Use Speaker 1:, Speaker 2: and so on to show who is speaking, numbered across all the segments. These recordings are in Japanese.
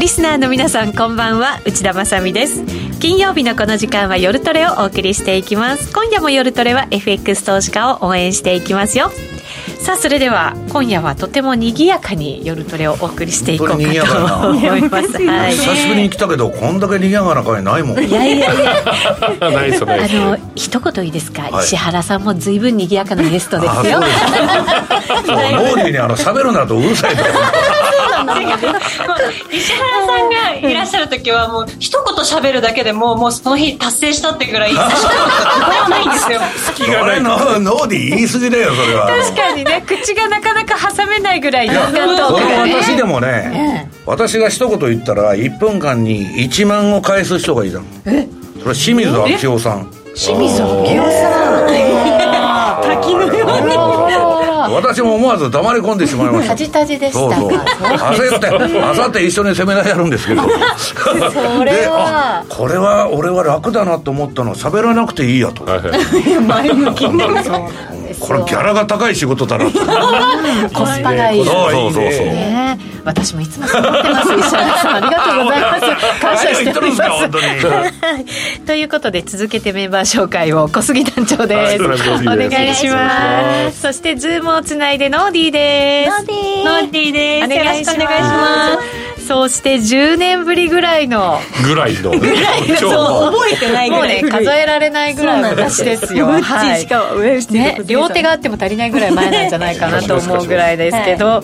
Speaker 1: リスナーの皆さんこんばんは内田まさみです金曜日のこの時間は夜トレをお送りしていきます今夜も夜トレは FX 投資家を応援していきますよさあそれでは今夜はとても賑やかに夜トレをお送りしていこうかと思いますはい
Speaker 2: 久しぶりに来たけどこんだけ賑やかな会ないもん
Speaker 1: いやいやいや
Speaker 3: ないそれ
Speaker 1: あの一言いいですか、
Speaker 2: はい
Speaker 1: 石原さんも随分賑やかなゲストですよ
Speaker 2: そう脳裏にあの喋るなとうるさいと
Speaker 4: 石原さん がいらっしゃる時はもう一言喋るだけでもうもうその日達成したってぐらい久しぶりないんですよ
Speaker 2: 気がないの脳で言い過ぎだよそれは
Speaker 1: 確かにね口がなかなか挟めないぐらいの
Speaker 2: この私でもね、私が一言言ったら1分間に1万を返す人がいたのそれは清水明夫さん
Speaker 4: 滝のように
Speaker 2: 私も思わず黙り込んでしまいました
Speaker 5: タジタジでし
Speaker 2: そう
Speaker 5: た
Speaker 2: そう焦って焦って一緒にセミナーやるんですけど
Speaker 5: それ
Speaker 2: で
Speaker 5: は
Speaker 2: あこれは俺は楽だなと思ったのは喋らなくていいやとこれギャラが高い仕事だなとそう
Speaker 5: コスパがいい
Speaker 2: そうそうそう
Speaker 5: ね私もいつもそう思ってます石原さんありがとうございます感謝
Speaker 2: 何を
Speaker 5: して
Speaker 2: 言って
Speaker 5: お
Speaker 2: るん
Speaker 5: り
Speaker 2: ですか本当に
Speaker 1: ということで続けてメンバー紹介を小杉団長
Speaker 3: は
Speaker 1: で
Speaker 3: い
Speaker 1: す。
Speaker 3: 小杉
Speaker 1: お願
Speaker 3: です
Speaker 1: いし
Speaker 3: お願
Speaker 1: ま
Speaker 3: いします
Speaker 1: す。そしてズームをつないでノーディーです。
Speaker 5: ノーディー
Speaker 1: ノ
Speaker 4: ディで
Speaker 1: ーディー。
Speaker 4: すよろしくお願いします
Speaker 1: そして10年ぶりぐらいの
Speaker 3: ぐらいの今日
Speaker 4: そう覚えてないぐ
Speaker 1: もう
Speaker 4: らい
Speaker 1: ね数えられないぐらい私ですよ。はい。ね両手があっても足りないぐらい前なんじゃないかなと思うぐらいですけど、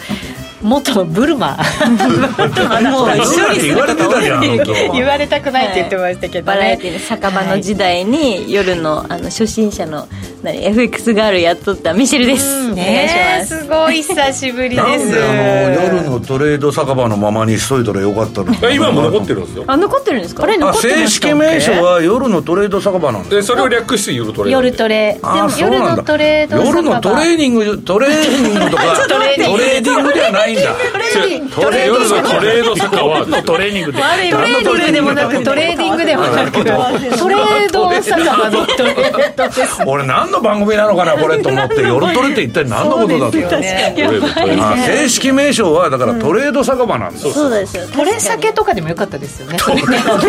Speaker 1: 元ブルマ。
Speaker 4: もう
Speaker 2: 一緒にすること多いよ
Speaker 1: 言われたくないって言ってましたけど
Speaker 6: バラエテ
Speaker 1: ね。
Speaker 6: ィの酒場の時代に夜のあの初心者の何 FX ガールやっとったミシェルです、お願いし
Speaker 1: ね
Speaker 6: ま
Speaker 1: え
Speaker 6: す
Speaker 1: すごい久しぶりです。
Speaker 2: なんであの夜のトレード酒場のままにしといたらよかったの
Speaker 3: え今も残ってるんですよ
Speaker 6: あ残ってるんですかあれ
Speaker 2: あ正式名称は夜のトレード酒場なんです
Speaker 3: でそれを略して夜トレ
Speaker 1: 夜トレでも
Speaker 2: あーそう
Speaker 1: 夜
Speaker 2: なんだ
Speaker 1: のトレード
Speaker 2: 夜のトレーニングトレーニングとかト
Speaker 1: ト
Speaker 2: レ
Speaker 1: レーニング
Speaker 2: ーディングではないんだ
Speaker 3: トレ夜のトレード酒場のトレーニングで
Speaker 1: あれトレードでもなくトレーディングでもなくトレード酒場のトレードです
Speaker 2: 俺何の番組なのかなこれと思って夜トレって一体何のことだと
Speaker 1: ね
Speaker 3: 夜のトレーニング
Speaker 2: あ正式名称はだからトレード酒場なんです、
Speaker 6: そうですよ
Speaker 1: トレ酒とかでもよかったですよね
Speaker 3: 今更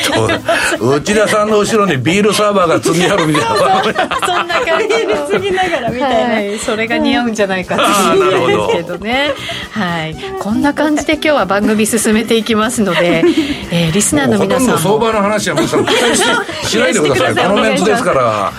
Speaker 2: そう内田さんの後ろにビールサーバーが積んであるみたいな
Speaker 1: そんな感じです
Speaker 6: 過ぎながらみたいな、
Speaker 1: はい、それが似合うんじゃないかって
Speaker 2: うんあーなるほ
Speaker 1: い
Speaker 2: ど
Speaker 1: うですけどね、はい、こんな感じで今日は番組進めていきますので、えーリスナーの
Speaker 2: ほと
Speaker 1: 皆
Speaker 2: んど
Speaker 1: さん
Speaker 2: 相
Speaker 1: も
Speaker 2: 場の話は皆さん期待ししないでください
Speaker 1: いやしてください
Speaker 2: このメンツですか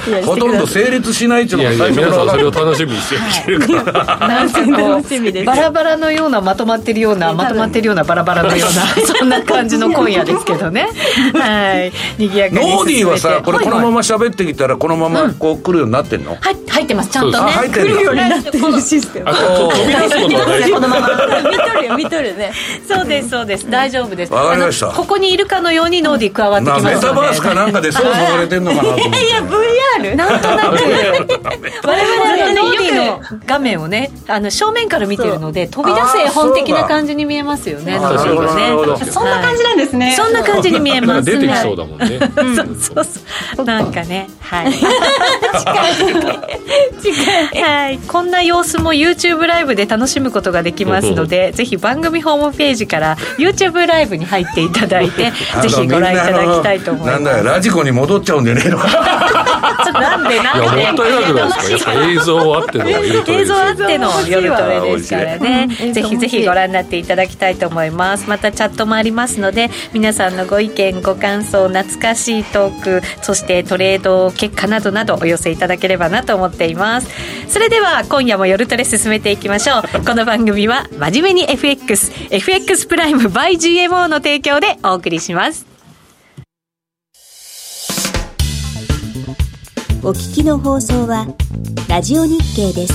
Speaker 2: らほとんど成立しないって
Speaker 3: い
Speaker 2: い
Speaker 3: や
Speaker 2: う
Speaker 3: い
Speaker 2: のが
Speaker 3: や
Speaker 2: 最
Speaker 3: 皆
Speaker 2: 初の分
Speaker 3: さんそ
Speaker 2: か
Speaker 3: れ
Speaker 2: る
Speaker 3: を楽しみにしてきてるから
Speaker 1: なんかこう
Speaker 6: 楽しみです
Speaker 1: バラバラのようなまとまってるようなまとまってるようなバラバラのよう なそんな感じの今夜ですけどねはい賑やかに進めて
Speaker 2: ノーディーはさこれこのまま喋ってきたらこのままこう来るようになってんの、
Speaker 1: はい入ってますちゃんと
Speaker 2: あ
Speaker 1: ね
Speaker 2: 入ってるんだ
Speaker 3: あと飛び出すことは大丈夫
Speaker 6: このまま見とるよ見と るね
Speaker 1: そうですそうです大丈夫です
Speaker 2: わかりました
Speaker 1: あのここにいるかのようにノーディー加わってき
Speaker 2: な
Speaker 1: ますので
Speaker 2: メタバースかなんかで操作されてんのかなと思って
Speaker 1: なんとなく我々のねよく画面をねあの正面から見てるので飛び出せ絵本的な感じに見えますよね
Speaker 2: あーそうだ
Speaker 1: ね
Speaker 2: なるほどなるほど
Speaker 4: そんな感じなんですね
Speaker 1: そんな感じに見え
Speaker 3: なんか
Speaker 1: ます
Speaker 3: 出てきそうだもんね
Speaker 1: そうそうなんかねはい はい、こんな様子も YouTube ライブで楽しむことができますのでぜひ番組ホームページから YouTube ライブに入っていただいてぜひご覧いただきたいと思い
Speaker 2: あのみんなあのなんだ
Speaker 1: ます
Speaker 2: よラジコに戻っちゃうんじゃねえのかな
Speaker 1: なんで
Speaker 3: いやもった
Speaker 1: ない
Speaker 3: なんく
Speaker 1: で
Speaker 3: ないですかやっぱ映像あっての夜ト
Speaker 1: 映
Speaker 3: レです
Speaker 1: 像
Speaker 3: よ
Speaker 1: あっての夜トレですからね、ぜひぜひご覧になっていただきたいと思いますまたチャットもありますので皆さんのご意見ご感想懐かしいトークそしてトレード結果などなどお寄せいただければなと思っていますそれでは今夜も夜トレ進めていきましょうこの番組は真面目に FXFX プライム by GMO の提供でお送りします
Speaker 7: お聞きの放送はラジオ日経です。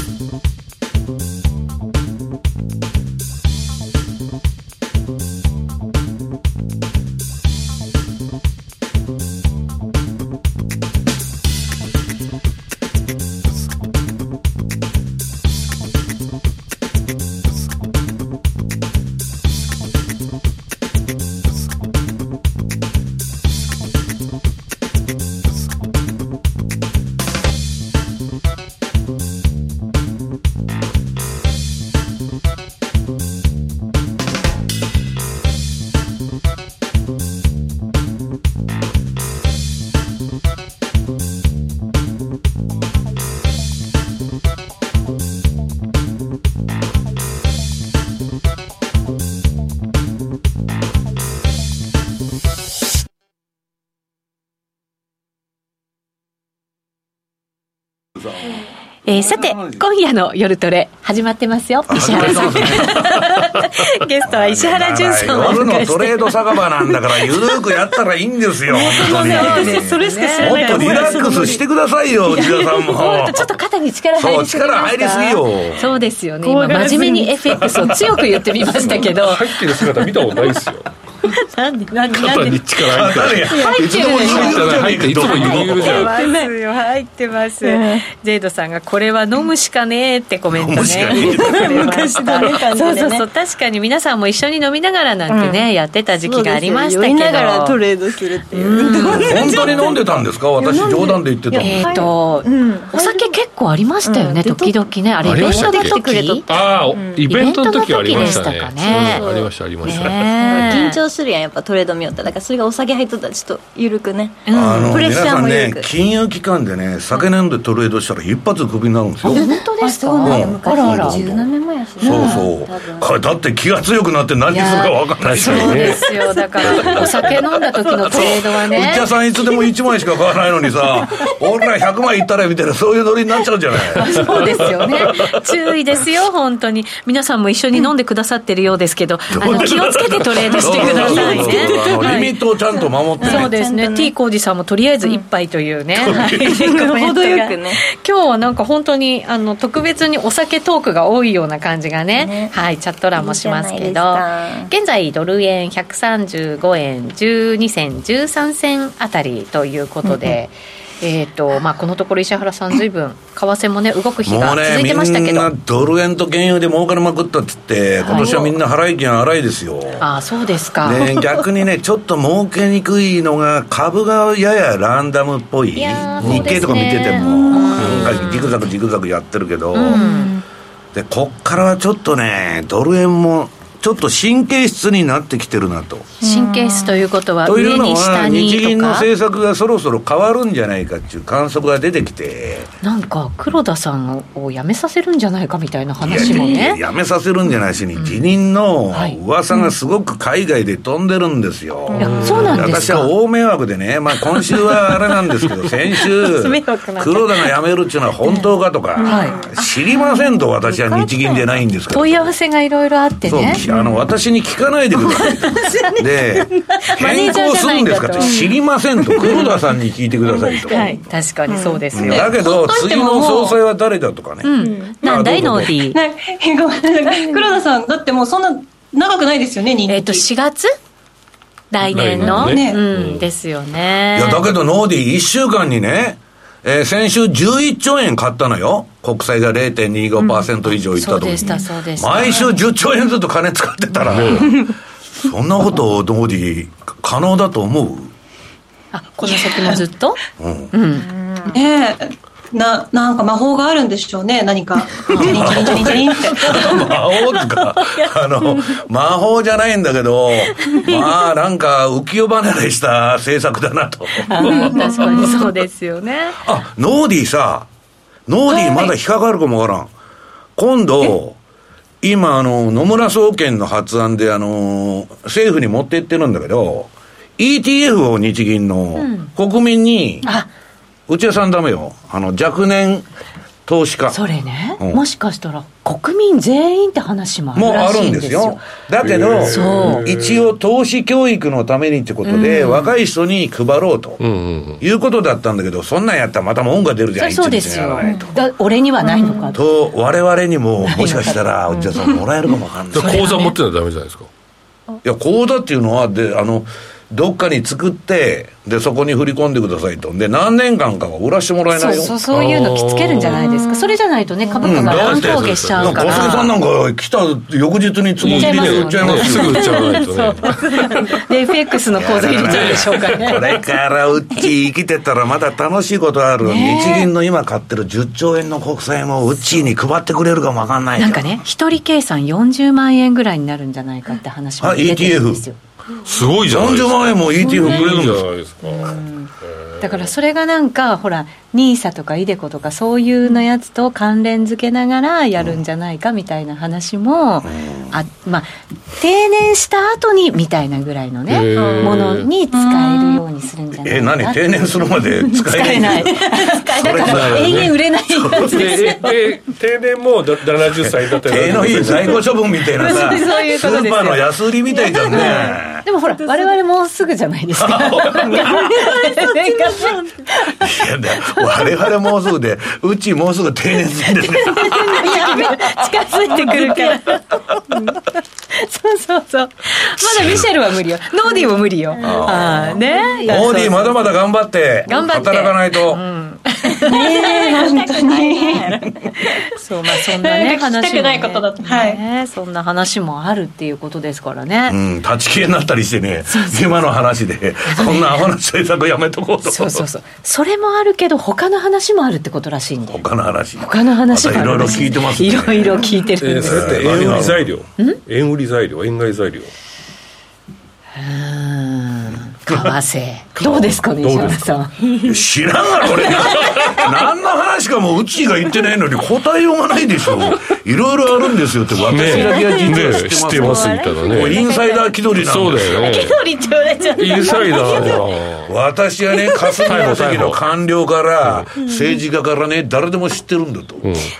Speaker 1: えーさて、今夜の夜トレ、始まってますよ。石原さん。 ゲストは石原潤さんをお
Speaker 2: 夜
Speaker 1: 迎え
Speaker 2: の
Speaker 1: し
Speaker 2: ト
Speaker 1: て。
Speaker 2: レード酒場なんだから、ゆるーくやったらいいんですよ、本当に。
Speaker 1: 私それしか知ら
Speaker 2: も
Speaker 1: な
Speaker 2: っ
Speaker 1: い
Speaker 2: とリラックスしてくださいよ、内田さんも。
Speaker 1: ちょっと肩に力入りすぎま
Speaker 2: そう
Speaker 1: した
Speaker 2: 力入りすぎよ
Speaker 1: そうですよね今真面目に FX を強く言ってみましたけど
Speaker 3: 入ってる姿見たことないですよ。
Speaker 1: なんでなんでなん
Speaker 3: 肩
Speaker 1: で
Speaker 3: に力入っ
Speaker 2: 誰
Speaker 3: てる。
Speaker 2: や
Speaker 1: 入ってるでしょ
Speaker 3: 入っていつもゆるゆるじゃん。
Speaker 1: 入ってますよ入ってます、ジェイドさんが「これは飲むしかねえ」ってコメント
Speaker 2: 飲
Speaker 1: ね
Speaker 2: むしか ねえ
Speaker 1: 昔
Speaker 6: ダメ感じ
Speaker 1: そう
Speaker 6: でね
Speaker 1: そうそう確かに皆さんも一緒に飲みながらなんてね、やってた時期がありましたけど
Speaker 6: 酔いながらトレードするっていう。
Speaker 2: 本当に飲んでたんですか私、冗談で言ってた
Speaker 1: え
Speaker 2: の。
Speaker 1: ーと、
Speaker 6: ん
Speaker 1: お酒結構ありましたよね、
Speaker 6: うん
Speaker 1: 時々ねあれ
Speaker 3: あ
Speaker 1: イ
Speaker 3: り
Speaker 1: ベ
Speaker 3: ま
Speaker 1: ン
Speaker 3: し
Speaker 1: ト
Speaker 3: たっけ
Speaker 1: の時
Speaker 3: ああ、イベントの時はありました
Speaker 1: イベ
Speaker 3: ね。
Speaker 1: ントの時でしたかね
Speaker 3: うんありました、ありました。
Speaker 1: ね
Speaker 6: 緊張するやんやっぱトレード見よっただからそれがお酒入っとったらちょっと緩くね、
Speaker 2: あの、
Speaker 6: プレッ
Speaker 2: 皆
Speaker 6: シャ
Speaker 2: さ
Speaker 6: ー
Speaker 2: ん
Speaker 6: も緩
Speaker 2: ね
Speaker 6: く、、
Speaker 2: 金融機関でね、酒飲んでトレードしたら一発でクビになるんですよ。
Speaker 1: 本当ですか、
Speaker 2: なんや
Speaker 1: うんあらあら
Speaker 2: 昔
Speaker 6: 17年前やし
Speaker 2: そうそう。かだって気が強くなって何するか分かんないし。
Speaker 3: いや
Speaker 1: そうですよだからお酒飲んだ時のトレードは
Speaker 2: お
Speaker 1: ね
Speaker 2: 茶さんいつでも1枚しか買わないのにさ、俺ら100枚いったらみたいな、そういうノリになっちゃうじゃない。
Speaker 1: そうですよね。注意ですよ、本当に。皆さんも一緒に飲んでくださってるようですけど、あの、気をつけてトレードしてくださいね
Speaker 2: そうそうそうそうあの。
Speaker 1: はい
Speaker 2: リミットをちゃんと守って
Speaker 1: そう
Speaker 2: ね。
Speaker 1: ですね。T 工事さんもとりあえず一杯というね。はい
Speaker 6: 程よくね。
Speaker 1: 今日はなんか本当に、あの、特別にお酒トークが多いような感じがね
Speaker 6: ね。
Speaker 1: はい、チャット欄もします
Speaker 6: い
Speaker 1: け
Speaker 6: いじ
Speaker 1: ど
Speaker 6: ゃない。
Speaker 1: 現在、ドル円135円12銭、13銭あたりということで。えっと、まあ、このところ石原さん随分、為替もね、動く日
Speaker 2: も
Speaker 1: が
Speaker 2: う
Speaker 1: 続
Speaker 2: ね、
Speaker 1: い
Speaker 2: み
Speaker 1: てましたけ
Speaker 2: ん
Speaker 1: ど
Speaker 2: な。ドル円と原油で儲かりまくったっつって、今年はみんな払い金荒いですよ。
Speaker 1: ああそうですか、
Speaker 2: ね、逆にね、ちょっと儲けにくいのが、株がややランダムっぽい、
Speaker 1: いやー
Speaker 2: 日経とか見てても、なんかジグザグジグザグやってるけど、でこっからはちょっとね、ドル円も、ちょっと神経質になってきてるなと。
Speaker 1: 神経質ということは
Speaker 2: とい
Speaker 1: 上
Speaker 2: うの
Speaker 1: に
Speaker 2: は、
Speaker 1: 下に
Speaker 2: 日銀
Speaker 1: と
Speaker 2: の
Speaker 1: か
Speaker 2: 政策がそろそろ変わるんじゃないかっていう観測が出てきて、
Speaker 1: なんか黒田さんを辞めさせるんじゃないかみたいない話も
Speaker 2: や
Speaker 1: ね
Speaker 2: やめさせるんじゃないしに、辞任の
Speaker 1: はい
Speaker 2: 噂がすごく海外で飛んでるんですよ。
Speaker 1: いやそうなんです
Speaker 2: 私
Speaker 1: か
Speaker 2: は大迷惑でね、まあ、今週はあれなんですけ ど、先週、黒田が辞めるっていうのは本当かとか、知りませんと私は日銀でないんですから。
Speaker 1: 問い合わせがいろいろあって
Speaker 2: そう
Speaker 1: ね
Speaker 2: きあの私に聞かないでくださいと で変更するんですかって知りませんと黒田さんに聞いてくださいと、
Speaker 1: はい確かにそうですよ、
Speaker 2: だけど次の総裁は誰だとかね、
Speaker 1: なんだいノーディー
Speaker 8: ねごめんなさい黒田さん、だってもうそんな長くないですよね、任期
Speaker 1: えっ、と4月来年の
Speaker 3: 来
Speaker 8: 年ね
Speaker 1: うん、ですよね
Speaker 2: いや、だけどノーディー1週間にね、えー先週11兆円買ったのよ。国債が0.25%以上いった
Speaker 1: そ
Speaker 2: と
Speaker 1: う
Speaker 2: きに、
Speaker 1: でしたそうでした
Speaker 2: 毎週10兆円ずっと金使ってたら、そんなことをノーディー可能だと思う
Speaker 1: あこの先もずっと
Speaker 8: ねえななんか魔法があるんでしょうね、何か。ジャリンジャリンジャリンジャリンって。
Speaker 2: 魔法とか、あの、魔法じゃないんだけど、まあなんか浮世離れした政策だなと。
Speaker 1: うん確かにそうですよね
Speaker 2: あ、ノーディーさ、ノーディーまだ引っかかるかもわからん。今度、今、あの、野村総研の発案で、あの、政府に持って行ってるんだけど、ETF を日銀の、国民に、内田さんダメよ。あの、若年投資家。
Speaker 1: それね、
Speaker 2: うん
Speaker 1: もしかしたら国民全員って話もあ
Speaker 2: も
Speaker 1: る
Speaker 2: う
Speaker 1: ら
Speaker 2: あ
Speaker 1: し
Speaker 2: る
Speaker 1: い
Speaker 2: ん
Speaker 1: ん
Speaker 2: で
Speaker 1: ですすよ
Speaker 2: よ。だけど、
Speaker 1: そう
Speaker 2: 一応投資教育のためにってことで、若い人に配ろうと、
Speaker 3: うんうんうん。
Speaker 2: いうことだったんだけど、そんなんやったらまた文が出るじ
Speaker 1: そ
Speaker 2: ゃ
Speaker 1: り
Speaker 2: ん、
Speaker 1: ゃそうですよ
Speaker 2: 一日にやらないと。
Speaker 1: だ俺にはないのかと
Speaker 2: と我々にももしかしたら内田さんもらえるかもわかんない、い
Speaker 3: 口座持ってたらダメじゃないですか。
Speaker 2: や口座っていうのはであのどっかに作ってでそこに振り込んでくださいとで何年間かは売らしてもらえ
Speaker 1: そ
Speaker 2: な
Speaker 1: う
Speaker 2: いよ
Speaker 1: そうそういうの着付けるんじゃないですかそれじゃないとね株価が乱高下しちゃ
Speaker 2: な
Speaker 1: うんか
Speaker 2: か小
Speaker 1: ら、
Speaker 2: 杉さんなんか来た翌日につもりで売っちゃいます
Speaker 3: す
Speaker 2: よ
Speaker 3: ぐ売っちゃわないとね。
Speaker 1: で FX の口座入れちゃうんでしょ うかね
Speaker 2: これからうち生きてたらまだ楽しいことある、日銀の今買ってる10兆円の国債もうちに配ってくれるかもわかんないよ
Speaker 1: なんかね一人計算40万円ぐらいになるんじゃないかって話も
Speaker 2: あ
Speaker 1: 出てるんですよ
Speaker 3: すごいじゃないです
Speaker 2: 40
Speaker 3: か。
Speaker 2: 万円も ETF くれる
Speaker 3: い
Speaker 2: ん
Speaker 3: いじ
Speaker 2: で
Speaker 3: ゃ
Speaker 2: す
Speaker 3: ないですか。
Speaker 1: だからそれがなんかほら NISA とか iDeCo とかそういうのやつと関連付けながらやるんじゃないかみたいな話も、あまあ定年した後にみたいなぐらいのね
Speaker 3: へー
Speaker 1: ものに使えるようにするんじゃない
Speaker 6: らない
Speaker 2: え、何定年するまで使
Speaker 6: 使え
Speaker 2: え
Speaker 6: な
Speaker 2: ない
Speaker 6: い
Speaker 2: の。
Speaker 6: だから永遠売れないやつです
Speaker 9: でで定年もだ70歳だったら
Speaker 2: 手のいい在庫処分みたいなさ、
Speaker 1: そうそういう
Speaker 2: ス
Speaker 1: ことです
Speaker 2: ー
Speaker 1: よ
Speaker 2: パーの安売りみたいだ ね。
Speaker 1: でもほら我々もうすぐじゃないですか
Speaker 2: いやだ、我々もうすぐで、うちもうすぐ定年するん ですね。
Speaker 1: 近づいてくるから、そうそうそうまだミシェルは無理よノーディも無理よああね
Speaker 2: オーディまだまだ頑張って、
Speaker 1: 頑張って
Speaker 2: 働かないと。
Speaker 1: そうまあそんなね
Speaker 8: なんか聞
Speaker 1: 話
Speaker 8: きたくないことだとはい
Speaker 1: ねそんな話もあるっていうことですからね、
Speaker 2: うん、立ち消えになったりしてね、今の話で、こんなアホな政策やめとこうと。
Speaker 1: そうそうそうそれもあるけど他の話もあるってことらしいんで
Speaker 2: 他の話。
Speaker 1: 他の話も
Speaker 2: また
Speaker 1: あ
Speaker 2: いろい
Speaker 1: る
Speaker 2: ろ
Speaker 1: らし
Speaker 2: 聞いてますね
Speaker 1: いろいろ聞いてるん
Speaker 9: え
Speaker 1: で
Speaker 9: ー
Speaker 1: す
Speaker 9: それって円売り材料円売り材料円買い材料
Speaker 1: 為替 どうですかね石原さん
Speaker 2: 知らんがな、俺。何の話かもう、うちが言ってないのに答えようがないでしょ。いろいろあるんですよって、私だけは実は知っ
Speaker 9: ね
Speaker 2: てます。
Speaker 9: え知ってますみたいなね
Speaker 2: もうインサイダー気取りなん
Speaker 9: そうだよねインサイダーが
Speaker 2: 私はね、霞が関の官僚から、政治家からね、誰でも知ってるんだと。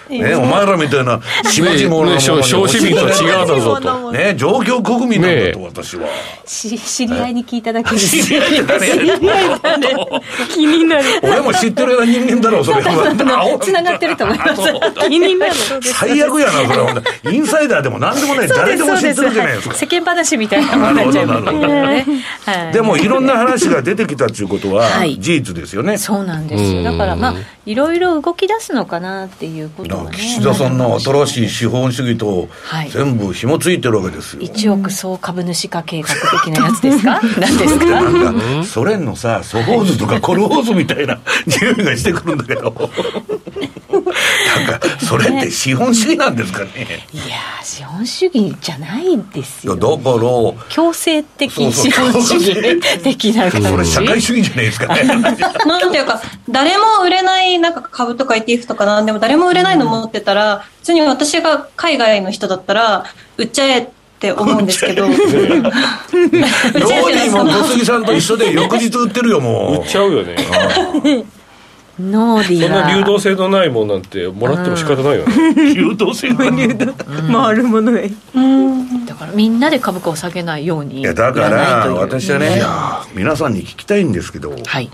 Speaker 2: ね、お前らみたいな、下々の
Speaker 9: ね
Speaker 2: 者
Speaker 9: ね小小市民と違うだ
Speaker 2: ぞ。
Speaker 9: ぞと
Speaker 2: ね、状況国民なんだと、
Speaker 9: ね
Speaker 2: 私は。
Speaker 1: し 知り合いに聞いただけです
Speaker 2: 知り合いだね。
Speaker 6: 気になる
Speaker 2: 俺も知ってるような人間だろ、それ。
Speaker 1: つながってると思います
Speaker 6: 気になる
Speaker 2: 最悪やな、それは。インサイダーでも何でもない、誰でも知ってるじゃないですか。
Speaker 1: 世間話みたいなもんになっ ちゃいます
Speaker 2: なるほど
Speaker 1: ねはい
Speaker 2: でも、いろんな話が出てきたっていうことは、
Speaker 1: はい
Speaker 2: 事実ですよね。
Speaker 1: そうなんですよだからまあいろいろ動き出すのかなっていうこと
Speaker 2: だか
Speaker 1: は
Speaker 2: ら
Speaker 1: ね
Speaker 2: 岸田さんの新しい資本主義と
Speaker 1: はい
Speaker 2: 全部紐付いてるわけですよ。
Speaker 1: 1億総株主化計画的なやつです か何ですか
Speaker 2: なんかソ連のさソホーズとかコルホーズみたいな 匂いがしてくるんだけどなんかそれって資本主義なんですかね
Speaker 1: いやー資本主義じゃないんです
Speaker 2: いや
Speaker 1: よ
Speaker 2: だから
Speaker 1: 強制的
Speaker 2: そうそう
Speaker 1: 資本主義的な
Speaker 2: そ
Speaker 1: 感
Speaker 2: れ
Speaker 1: じ
Speaker 2: 社会主義じゃないですかね
Speaker 8: なんていうか、誰も売れない、なんか株とか ETF とかなんでも誰も売れないの持ってたら、普通に私が海外の人だったら、売っちゃえって思うんですけど、売っちゃえって
Speaker 2: ロー
Speaker 8: い
Speaker 2: リ
Speaker 8: う
Speaker 2: ー
Speaker 8: の
Speaker 2: も
Speaker 8: は
Speaker 2: 小杉さんと一緒で翌日売ってるよも
Speaker 9: 売っちゃうよね
Speaker 1: ノーディ
Speaker 9: そ
Speaker 1: ー
Speaker 9: んな流
Speaker 1: は
Speaker 9: 動性のないもんなんてもらっても仕方ないよね
Speaker 2: う流動 性がい
Speaker 6: 回るものがいい
Speaker 1: だからみんなで株価を下げないように
Speaker 2: やだか
Speaker 1: 売ない
Speaker 2: ら
Speaker 1: という
Speaker 2: 私はね皆さんに聞きたいんですけど、
Speaker 1: はい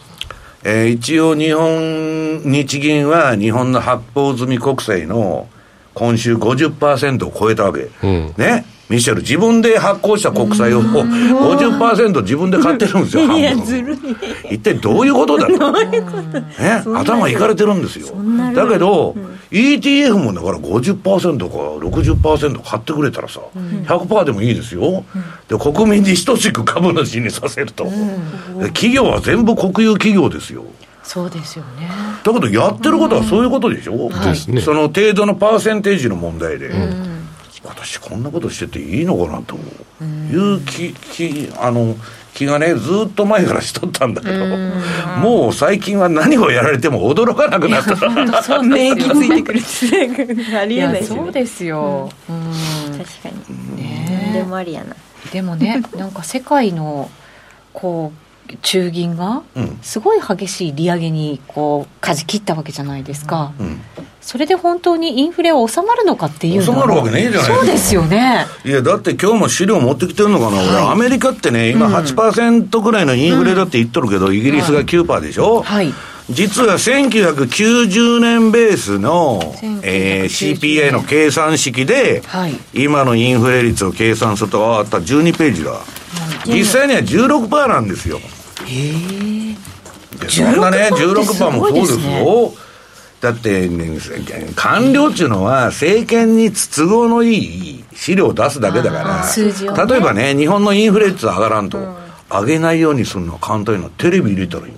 Speaker 2: えー一応日本日銀は日本の発行済み国債の今週50%を超えたわけ、
Speaker 9: ん
Speaker 2: ねミシェル自分で発行した国債を50%自分で買ってるんですよ半分一体どういうことだろうね、頭いかれてるんですよだけど、ETF もだから50%か60%買ってくれたらさ、100%でもいいですよ、で国民に等しく株主にさせると、で企業は全部国有企業ですよ
Speaker 1: そうですよね
Speaker 2: だけどやってることはそういうことでしょ、
Speaker 9: すね
Speaker 2: その程度のパーセンテージの問題で、私こんなことしてていいのかなという気気あの気がねずっと前からしとったんだけど、もう最近は何をやられても驚かなくなった
Speaker 6: 免疫ついてくるってなんかあり
Speaker 1: い
Speaker 6: え
Speaker 1: や
Speaker 6: ない
Speaker 1: そうですよ、うん
Speaker 6: 確かにねでもありやな
Speaker 1: でもねなんか世界のこう中銀が
Speaker 2: うん
Speaker 1: すごい激しい利上げにこう舵切ったわけじゃないですか、
Speaker 2: うん
Speaker 1: それで本当にインフレは収まるのかっていうの
Speaker 2: 収
Speaker 1: は
Speaker 2: まるわけねえじゃない
Speaker 1: そうですよね
Speaker 2: いやだって今日も資料持ってきてるのかな、俺アメリカってね今8%ぐらいのインフレだって言っとるけど、イギリスが9%でしょ、
Speaker 1: はい
Speaker 2: 実は1990年ベースの、えー、
Speaker 1: 1990
Speaker 2: CPI の計算式で、
Speaker 1: はい
Speaker 2: 今のインフレ率を計算するとああった12ページだ、実際には16%なんですよでそんなね
Speaker 1: 16%
Speaker 2: 16%もそうです
Speaker 1: す
Speaker 2: よだって、ね、官僚っていうのは政権に都合のいい資料を出すだけだから
Speaker 1: あー数字をね
Speaker 2: 例えばね日本のインフレ率上がらんと、上げないようにするのは簡単なのテレビ入れたらいい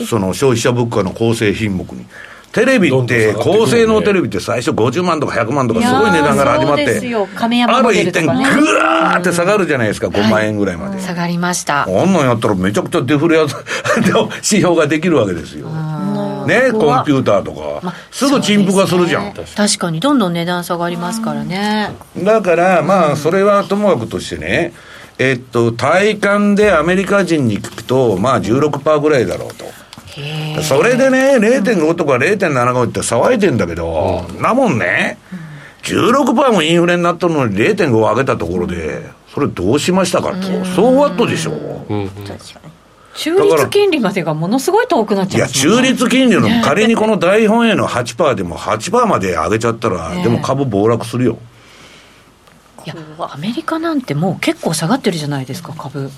Speaker 2: のその消費者物価の構成品目に。テレビ
Speaker 9: どんど
Speaker 2: っ、
Speaker 9: ん下がっててくるね
Speaker 2: 高性能テレビって最初50万とか100万とか
Speaker 1: いや
Speaker 2: す
Speaker 1: ー
Speaker 2: ごい値段から始まっ
Speaker 1: そうです
Speaker 2: て
Speaker 1: よ、亀山
Speaker 2: あ
Speaker 1: モ
Speaker 2: る
Speaker 1: デ
Speaker 2: 一
Speaker 1: ルと
Speaker 2: 点
Speaker 1: か
Speaker 2: ぐ
Speaker 1: ね
Speaker 2: らーって下がるじゃないですか、5万円ぐらいまで。
Speaker 1: 下がりました
Speaker 2: あんなんやったらめちゃくちゃデフレやの 指標ができるわけですよ。ね、コンピューターとか。すぐ陳腐化するじゃん。
Speaker 1: 確かにどんどん値段下がりますからね
Speaker 2: だから、まあ、それはともかくとしてね、えっと、体感でアメリカ人に聞くと、まあ16%ぐらいだろうと。それでね、0.5とか0.75って騒いでんだけど、なもんね、16%もインフレになったのに0.5を上げたところで、それどうしましたかと、そうワットでしょ
Speaker 1: 中立金利までがものすごい遠くなっち
Speaker 2: い
Speaker 1: ゃう
Speaker 2: や、中立金利の仮にこの大本営の8%でも8%まで上げちゃったら、でも株暴落するよ。
Speaker 1: いやアメリカなんてもう結構下がってるじゃないですか株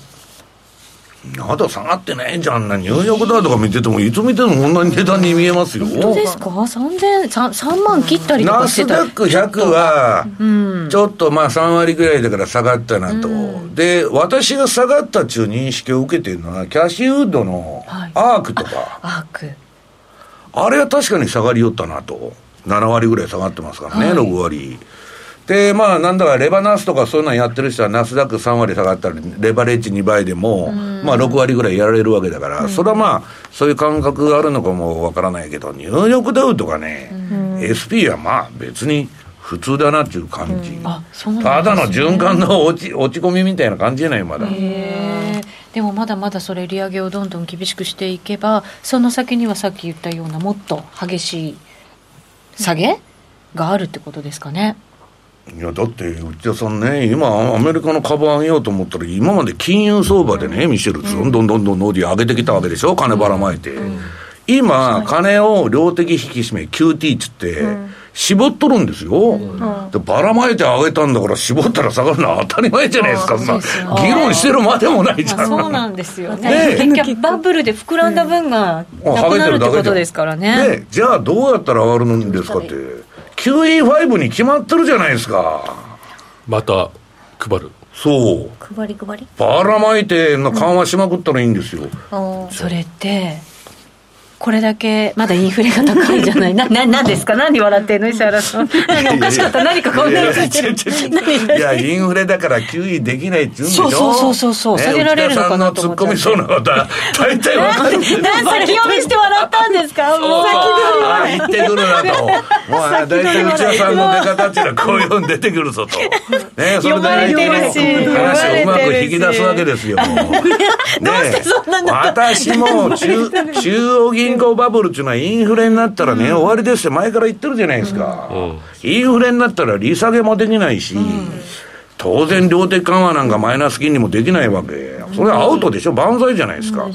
Speaker 2: まだ下がってねえじゃんな、ニューヨークダウとか見てても、いつ見てもこんなに値段に見えますよ。
Speaker 1: 本当ですか3000 3万切ったりと
Speaker 2: ナ
Speaker 1: かし
Speaker 2: ス
Speaker 1: てた
Speaker 2: ダック100は、ちょっとまあ3割ぐらいだから下がったなと、で、私が下がったっていう認識を受けているのは、キャシーウッドの
Speaker 1: はい
Speaker 2: アークとか、
Speaker 1: アーク
Speaker 2: あれは確かに下がりよったなと。7割ぐらい下がってますからね、6割。で、まあ、なんだか、レバナスとかそういうのやってる人は、ナスダック3割下がったり、レバレッジ2倍でも、まあ、6割ぐらいやられるわけだから、それはまあ、そういう感覚があるのかもわからないけど、ニューヨークダウとかね、SP はまあ、別に普通だなっていう感じ。
Speaker 1: あそうなん
Speaker 2: ただの
Speaker 1: ですね
Speaker 2: 循環の落ち落ち込みみたいな感じじゃない、まだ。
Speaker 1: へーでもまだまだそれ利上げをどんどん厳しくしていけばその先にはさっき言ったようなもっと激しい下げがあるってことですかね
Speaker 2: いやだって内田さんね今アメリカの株上げようと思ったら今まで金融相場でね、ミシェルどんどんどんどんノーディ上げてきたわけでしょ金ばらまいて、今金を量的引き締め QT っつって、絞っとるんですよ、でばらまいて上げたんだから絞ったら下がるのは当たり前じゃないですか、そんな議論してるまでもないじ ゃん
Speaker 1: そうなんですよ
Speaker 2: ね
Speaker 1: ね
Speaker 2: え
Speaker 1: 結局バブルで膨らんだ分が
Speaker 2: もう
Speaker 1: なくなるって
Speaker 2: はげじ
Speaker 1: こ
Speaker 2: ゃ
Speaker 1: と
Speaker 2: ん
Speaker 1: ですからね
Speaker 2: ねじゃあどうやったら上がるんですかって QE5 に決まってるじゃないですか
Speaker 9: また配る
Speaker 2: そう
Speaker 6: 配り配り
Speaker 2: ばらまいて緩和しまくったらいいんですよ。
Speaker 6: お
Speaker 1: それってこれだけまだインフレが高いじゃないなななんですか何笑ってんの石原さん何かおかしかった何かこんなのしてる何
Speaker 2: いや、インフレだから給油できないって言うんでしょ
Speaker 1: そうそうそうそうそう下げられるのかなと思っちゃ
Speaker 2: 内田さんの突っ込みそ
Speaker 1: う
Speaker 2: うなことは、大体わ かる。
Speaker 1: 何先読みして笑ったんですかもう
Speaker 2: ああ、言ってくるなと。もう、あ大体内田さんの出方っていうのはこういうの出てくるぞと。ね、それ
Speaker 1: 呼ばれてる
Speaker 2: 話
Speaker 1: し
Speaker 2: をうまく引き出すわけですよ。 どうしてそんな私も中、 中央銀行バブルっていうのはインフレになったらね、終わりですって前から言ってるじゃないですか。インフレになったら利下げもできないし、当然量的緩和なんかマイナス金利もできないわけ。それはアウトでしょ万歳じゃないですか。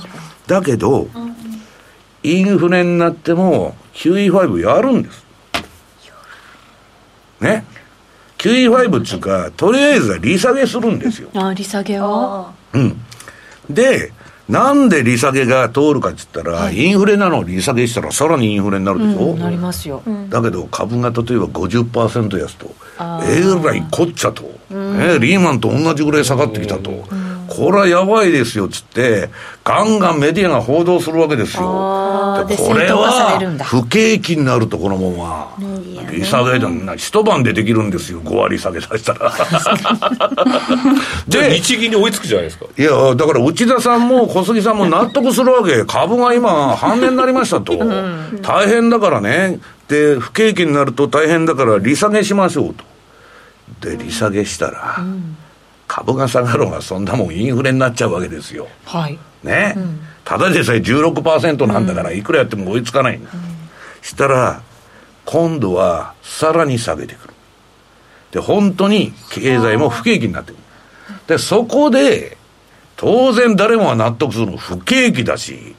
Speaker 2: だけど、インフレになっても QE5 やるんです。ね。QE5 っていうか、とりあえずは利下げするんですよ。
Speaker 1: あ利下げを
Speaker 2: うん。で、なんで利下げが通るかって言ったら、インフレなのを利下げしたらさらにインフレになるでしょ、
Speaker 1: なりますよ、
Speaker 2: だけど株が例えば50%安と
Speaker 1: あ
Speaker 2: えらいこっちゃと、ね、リーマンと同じぐらい下がってきたと、これはやばいですよっつってガンガンメディアが報道するわけですよ
Speaker 1: あー
Speaker 2: で
Speaker 1: で
Speaker 2: これ
Speaker 1: 正当化さ
Speaker 2: は
Speaker 1: れるんだ
Speaker 2: 不景気になるとこのもんは利下げだな一晩でできるんですよ5割下げさせた ら
Speaker 3: じゃあ日銀に追いつくじゃないですか
Speaker 2: いやだから内田さんも小杉さんも納得するわけ 株が今半値になりましたと、大変だからねで不景気になると大変だから利下げしましょうとで利下げしたら、株が下がろうがそんなもんインフレになっちゃうわけですよ
Speaker 1: はい
Speaker 2: ね、ただでさえ16%なんだからいくらやっても追いつかないんだ、したら今度はさらに下げてくるで本当に経済も不景気になってくるでそこで当然誰もが納得するの不景気だし、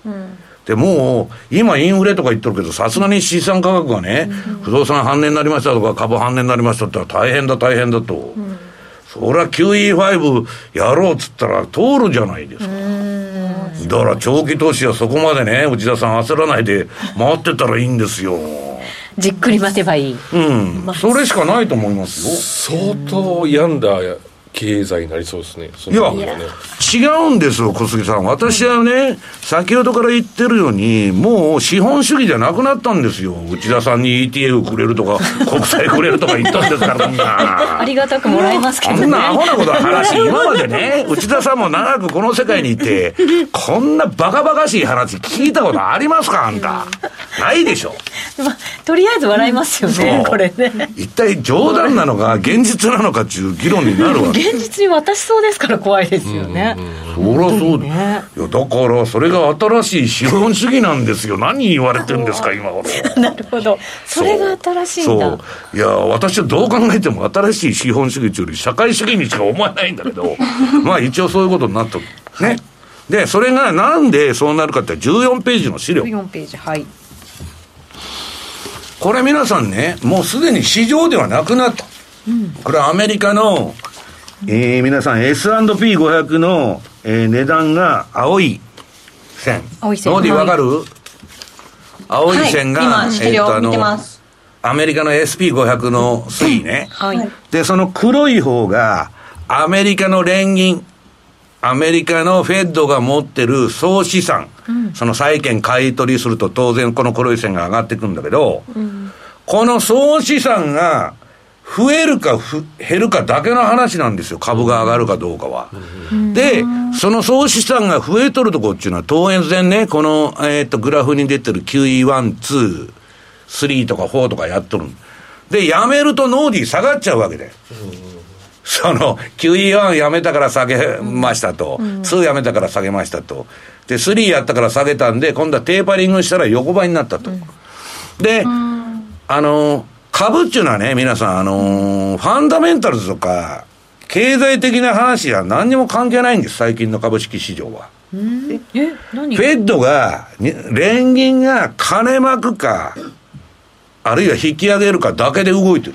Speaker 2: でもう今インフレとか言ってるけどさすがに資産価格がね、不動産半値になりましたとか株半値になりましたって言ったら大変だ大変だと、そりゃ QE5 やろうっつったら通るじゃないですかだから長期投資はそこまでね内田さん焦らないで回ってたらいいんですよ
Speaker 1: じっくり待てばいい
Speaker 2: うん、それしかないと思います
Speaker 3: 相当病んだ経済になりそうですねそ
Speaker 2: よいや
Speaker 3: の分はね
Speaker 2: 違うんですよ小杉さん私はね先ほどから言ってるようにもう資本主義じゃなくなったんですよ内田さんに ETF くれると か国債くれるとか言ったんですからそんな
Speaker 1: ありがたくもらえますけ
Speaker 2: こ
Speaker 1: ど
Speaker 2: ん
Speaker 1: ね
Speaker 2: なアホなことは話、今までね、内田さんも長くこの世界にいて、こんなバカバカしい話聞いたことありますかあんた。ないでしょ。
Speaker 1: まあ、とりあえず笑いますよね、
Speaker 2: そう
Speaker 1: これね
Speaker 2: 一体冗談なの か現実なのかっていう議論になるわけ
Speaker 1: 現実に渡しそうですから怖いですよね、
Speaker 2: そりゃそうだ、
Speaker 1: ね
Speaker 2: いやだからそれが新しい資本主義なんですよ何言われてるんですか今頃
Speaker 1: なるほどそれが新しいんだ
Speaker 2: そういや私はどう考えても新しい資本主義というより社会主義にしか思えないんだけど まあ一応そういうことになったね、でそれがなんでそうなるかって14ページの資料
Speaker 1: 4ページはい
Speaker 2: これ皆さんねもうすでに市場ではなくなった、これはアメリカの、えー皆さん S&P500 の、えー値段が青い線
Speaker 1: 青い線
Speaker 2: ノーディわかる、青い線が、
Speaker 8: はい、今資
Speaker 2: えーと
Speaker 8: 料
Speaker 2: あの
Speaker 8: 見てます、
Speaker 2: アメリカの SP500 の推移ね、
Speaker 1: はい、
Speaker 2: でその黒い方がアメリカの連銀アメリカのフェッドが持ってる総資産、その債券買い取りすると当然この黒い線が上がってくんだけど、この総資産が増えるかふ減るかだけの話なんですよ株が上がるかどうかは、でその総資産が増えとるとこっていうのは当然ねこの、えー、とグラフに出てる QE123 とか4とかやっとるでやめるとノーディー下がっちゃうわけでその QE1 やめたから下げましたと、2やめたから下げましたとで3やったから下げたんで今度はテーパリングしたら横ばいになったと、で、あの株っていうのはね皆さんあのファンダメンタルズとか経済的な話は何にも関係ないんです最近の株式市場は。
Speaker 1: え何
Speaker 2: フェッドが、に連銀が金巻くか、あるいは引き上げるかだけで動いてる。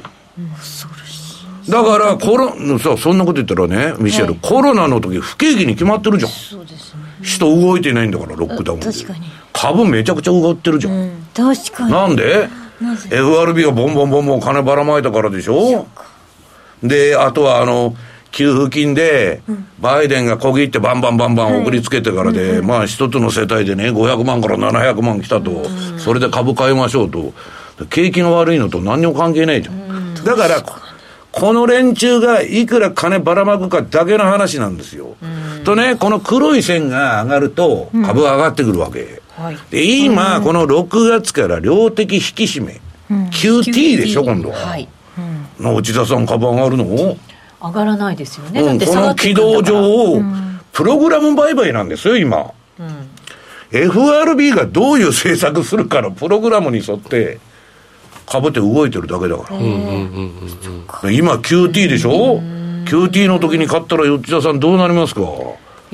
Speaker 2: だからコロそうそんなこと言ったらねミシェル、コロナの時不景気に決まってるじゃん
Speaker 6: そうですね
Speaker 2: 人動いてないんだからロックダウンで
Speaker 6: あ確かに
Speaker 2: 株めちゃくちゃ上がってるじゃん、
Speaker 6: うん確かに
Speaker 2: なんで ?FRB がボンボンボンボン金ばらまいたからでしょで、あとはあの、給付金で、バイデンが小切ってバンバンバンバン送りつけてからで、まあ一つの世帯でね、500万から700万来たと、それで株買いましょうと。景気が悪いのと何にも関係ないじゃん。だから、ここの連中がいくら金ばらまくかだけの話なんですよ。とね、この黒い線が上がると株が上がってくるわけ。
Speaker 1: はい
Speaker 2: で今、この6月から量的引き締め、QT でしょ今度は、
Speaker 1: はい
Speaker 2: の内田さん株上がるの、
Speaker 1: 上がらないですよね、だ
Speaker 2: う
Speaker 1: っ
Speaker 2: ん、
Speaker 1: て
Speaker 2: こ
Speaker 1: 下が
Speaker 2: の
Speaker 1: って
Speaker 2: 軌
Speaker 1: いくんだ
Speaker 2: 道
Speaker 1: から
Speaker 2: 上をプログラム売買なんですよ今、FRB がどういう政策するかのプログラムに沿って株って動いてるだけだから、今 QT でしょ、QT の時に買ったら内田さんどうなりますか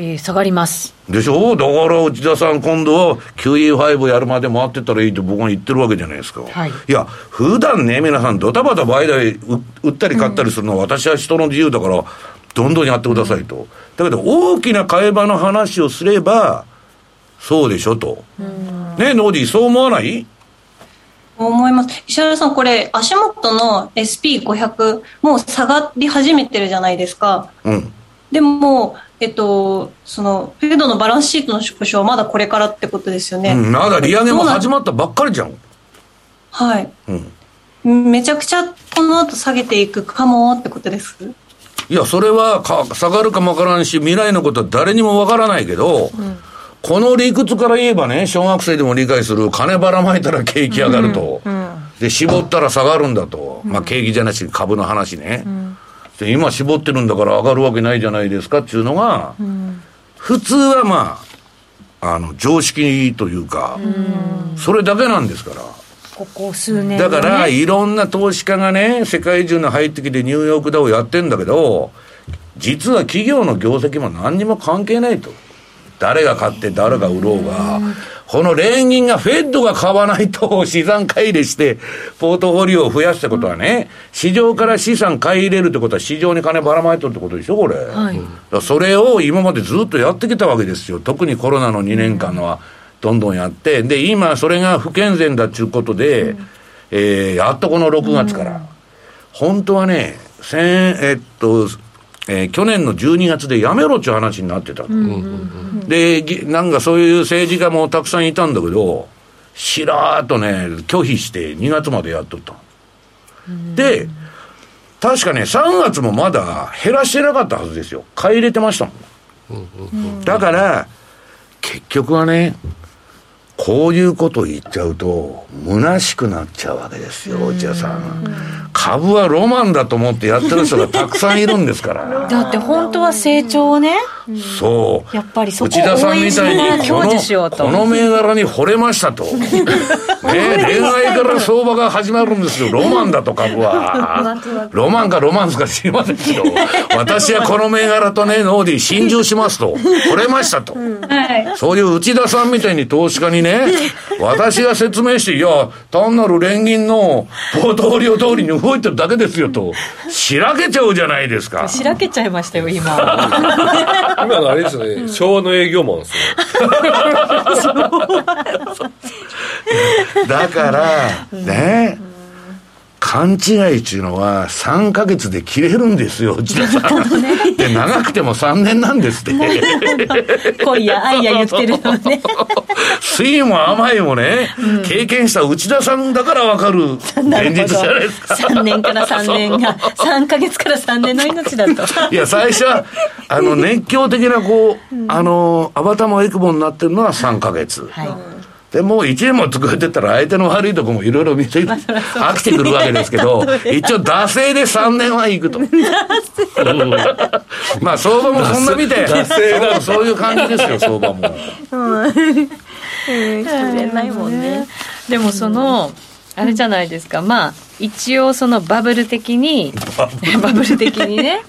Speaker 1: えー下がります
Speaker 2: でしょだから内田さん今度は QE5 やるまで回ってったらいいと僕が言ってるわけじゃないですか、
Speaker 1: はい
Speaker 2: や普段ね皆さんドタバタ売買う売ったり買ったりするのは私は人の自由だからどんどんやってくださいと、だけど大きな買い場の話をすればそうでしょと、ねノーディーそう思わない
Speaker 8: 思います石原さんこれ足元の SP500 もう下がり始めてるじゃないですか
Speaker 2: うん
Speaker 8: でも、えっと、そのフェードのバランスシートの縮小はまだこれからってことですよね、
Speaker 2: うんまだ利上げも始
Speaker 8: ま
Speaker 2: まったばっかりじゃん
Speaker 8: はい、
Speaker 2: うん
Speaker 8: めちゃくちゃこの後下げていくかもってことです
Speaker 2: いや、それはか下がるかもわからんし、未来のことは誰にもわからないけど、この理屈から言えばね、小学生でも理解する、金ばらまいたら景気上がると、で、絞ったら下がるんだと、まあ、景気じゃなし、株の話ね、で今、絞ってるんだから上がるわけないじゃないですかっていうのが、普通はまあ、あの常識というか、それだけなんですから。
Speaker 1: ここ数年
Speaker 2: だ
Speaker 1: のね
Speaker 2: から、いろんな投資家がね、世界中の入ってきてニューヨークダウやってんだけど、実は企業の業績も何にも関係ないと。誰が買って誰が売ろうが、この連銀がフェッドが買わないと資産買い入れして、ポートフォリオを増やすってことはね、市場から資産買い入れるってことは市場に金ばらまいとるってことでしょ、これ。
Speaker 1: はい
Speaker 2: だからそれを今までずっとやってきたわけですよ。特にコロナの2年間のはどんどんやって、で、今それが不健全だっていうことで、えーやっとこの6月から。本当はね、先えっと、えー去年の12月でやめろっていう話になってた。で、ぎなんかそういう政治家もたくさんいたんだけど、しらーっとね、拒否して2月までやっとった。で、確かね、3月もまだ減らしてなかったはずですよ。買い入れてましたもん。だから、結局はね、こういうことを言っちゃうと虚しくなっちゃうわけですよ落合さん株はロマンだと思ってやってる人がたくさんいるんですから
Speaker 1: だって本当は成長をね
Speaker 2: そう
Speaker 1: やっぱりそこを
Speaker 2: 内田さんみた
Speaker 1: 応援
Speaker 2: い
Speaker 1: し
Speaker 2: に
Speaker 1: て
Speaker 2: こ
Speaker 1: 享受しよ
Speaker 2: の
Speaker 1: うと
Speaker 2: この銘柄に惚れました と、ね、恋愛から相場が始まるんですよロマンだと株 はロマンかロマンスか知りませんけど私はこの銘柄とねノーディー心中しますと惚れましたと、
Speaker 8: はい。
Speaker 2: そういう内田さんみたいに投資家にね、私が説明して、いや、単なる連銀のポートフォリオ通りに動いてるだけですよ と、しらけちゃうじゃないですか。
Speaker 1: しらけちゃいましたよ今
Speaker 3: 今のあれですよね昭和の営業マンですね
Speaker 2: だから、ね、勘違いっていうのは3ヶ月で切れるんです よ、内田さん。で、長くても3年なんです って。
Speaker 1: 恋や愛や言ってるの ね
Speaker 2: 酸いも甘いもね、経験した内田さんだからわかる現実じゃ ないですか。
Speaker 1: 3年から3年が3か月から3年の命だと
Speaker 2: いや、最初は、あの、熱狂的な、こう、あの、アバターもエクボになってるのは3ヶ月。
Speaker 1: はい
Speaker 2: で、もう1年も作ってたら、相手の悪いとこもいろいろ見て、飽きてくるわけですけ ど、一応、惰性で3年は行くと。うんまあ、相場もそんな見て、
Speaker 3: 惰性だ
Speaker 2: そうそういう感じですよ、相場も。
Speaker 6: うん、触れないもんね。
Speaker 1: でもそのあれじゃないですかまあ一応そのバブル的に バブル的にね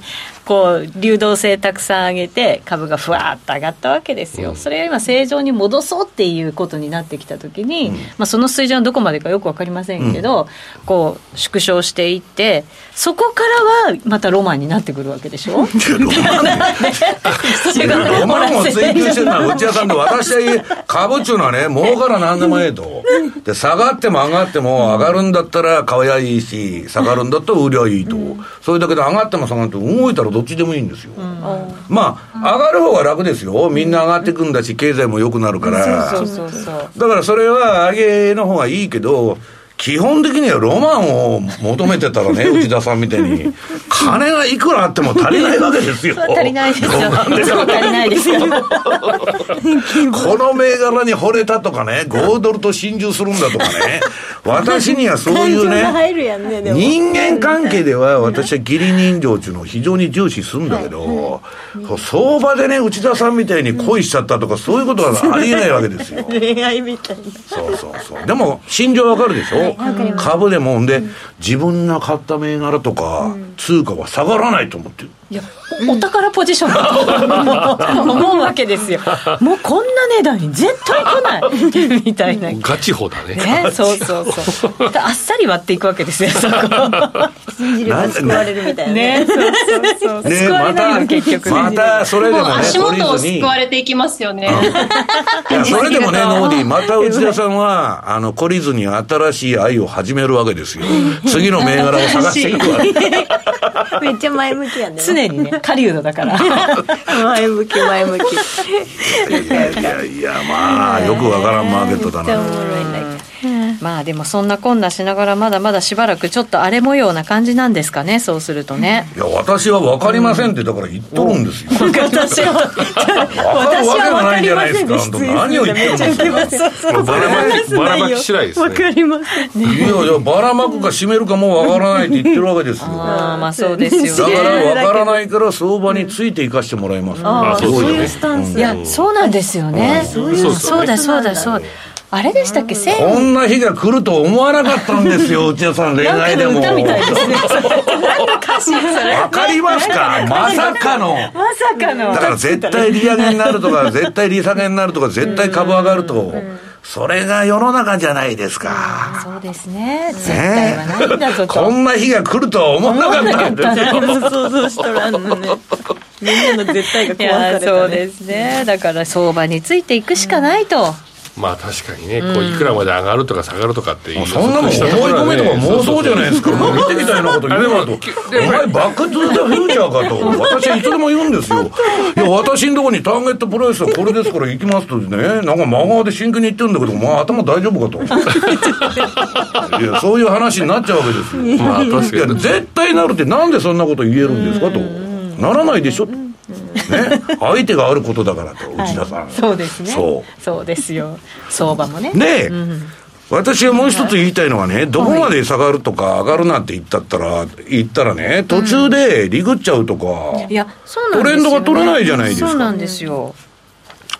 Speaker 1: こう流動性たくさん上げて株がふわーっと上がったわけですよ、それが今正常に戻そうっていうことになってきた時に、まあ、その水準はどこまでかよく分かりませんけど、こう縮小していってそこからはまたロマンになってくるわけ でしょ それが
Speaker 2: ロマンを追
Speaker 1: 正
Speaker 2: 求して
Speaker 1: 常
Speaker 2: るのは内田さんで私は株っちゅうのはね儲から何でもええとで下がっても上がっても上がるんだったら買いやいいし下がるんだったら売りゃいいと、それだけで上がっても下がっても動いたらどっちでもいいんですよ、まあ上がる方が楽ですよみんな上がってくんだし経済も良くなるから
Speaker 1: そうそうそう
Speaker 2: だからそれは上げの方がいいけど、基本的にはロマンを求めてた らね、内田さんみたいに、金がいくらあっても足りないわけ ですよ。
Speaker 1: 足りないですよ
Speaker 2: ロマンで
Speaker 1: そう足りないですよ
Speaker 2: この銘柄に惚れたとかね、5ドルと心中するんだとか ね、私にはそういう
Speaker 6: 感情が
Speaker 2: ね、
Speaker 6: 入るやんね、でも。
Speaker 2: 人間関係では私は義理人情っていうのを非常に重視するんだけど、そう相場でね、内田さんみたいに恋しちゃったとか、そういうことはありえないわけですよ。
Speaker 6: 恋愛みたいな。
Speaker 2: そうそうそう。でも、心情わかるでしょ、株でも、んで、自分が買った銘柄とか、通貨は下がらないと思ってる。
Speaker 1: いやおお宝ポジション だと思うわけですよもうこんな値段に絶対来な いみたいなね
Speaker 3: ガチホだね
Speaker 1: そうそうそうあっさり割っていくわけですよそこ
Speaker 6: 信じれば救われるみたいな。
Speaker 1: ねそうそうそう救われないの結局
Speaker 2: またそれで
Speaker 8: もう
Speaker 2: もね、
Speaker 8: 足元を
Speaker 2: 懲りずに
Speaker 8: 救われていきますよね。
Speaker 2: いやそれでもね、ノーディー、また内田さんは、あの、懲りずに新しい愛を始めるわけですよ。次の銘柄を探していくわけ。
Speaker 6: めっちゃ前向きやね。
Speaker 1: 常にね狩人だから
Speaker 6: 前向き、前向き。
Speaker 2: いやいやいや、まあ、よくわからんマーケットだな。
Speaker 1: まあでもそんなこんなしながらまだまだしばらくちょっと荒れ模様な感じなんですかねそうするとね
Speaker 2: いや、私はわかりませんって、だから言っとるんですよ。
Speaker 1: 私は
Speaker 2: わかるわけがないじゃないですか。あんた何を言ってるんですか。
Speaker 3: これバラまきバラまき次第ですね
Speaker 6: ります。
Speaker 2: いやいや、ばらまくか閉めるかもわからないって言ってるわけですよ。だ
Speaker 1: あーまあそうですよ
Speaker 2: か
Speaker 1: ね
Speaker 2: らわからないから相場についていかしてもらいます。
Speaker 3: あ
Speaker 2: す
Speaker 3: そう
Speaker 2: ごいよ
Speaker 3: で
Speaker 2: ね
Speaker 3: すよ
Speaker 6: タ
Speaker 3: ね
Speaker 6: ンス
Speaker 1: いやそうなんですよねそう
Speaker 3: そうです
Speaker 1: だそ
Speaker 3: よね
Speaker 1: うだそうだあれでしたっけ千
Speaker 2: こんな日が来ると思わなかったんですよ、内田さん、恋愛でも。 わかりますかまさかの。
Speaker 1: まさかの
Speaker 2: だから絶対利上げになると か、絶対利下げになるとか、絶対株上がると。それが世の中じゃないですか。
Speaker 1: そうですね絶対はないんだぞ
Speaker 2: ことんな日が来るとは思わなかったんですよ。
Speaker 6: 想像しとらんのね。みんなの絶対が
Speaker 1: い
Speaker 6: 怖か
Speaker 1: や
Speaker 6: れ
Speaker 1: そ
Speaker 6: た
Speaker 1: う
Speaker 6: ね。
Speaker 1: ですねだから相場についていくしかないと、
Speaker 3: まあ確かにねこういくらまで上がるとか下がるとかっていう
Speaker 2: そんなもん思い込みとか妄想じゃないです か。見てみたいなこと言うなと。お前バックトゥザフューチャー かと。私はいつでも言うんですよ。いや、私のとこにターゲットプロレスはこれですから行きますとね、なんか真顔で真剣に言ってるんだけど、まあ頭大丈夫か と。いや、そういう話になっちゃうわけですよ。
Speaker 3: まあ確かに
Speaker 2: いや、絶対なるってなんでそんなこと言えるんですかと。ならないでしょと。ね、相手があることだからと内田さん、
Speaker 1: そうですね
Speaker 2: そ
Speaker 1: そうですよ相場もね
Speaker 2: うねえ、私はもう一つ言いたいのはね、どこまで下がるとか上がるなんて言ったったら、言ったらね、途中でリグっちゃうとか、
Speaker 1: いやそうなんです
Speaker 2: トレ
Speaker 1: よ、ね、
Speaker 2: ンドが取れないじゃないですか
Speaker 1: そうなんですよ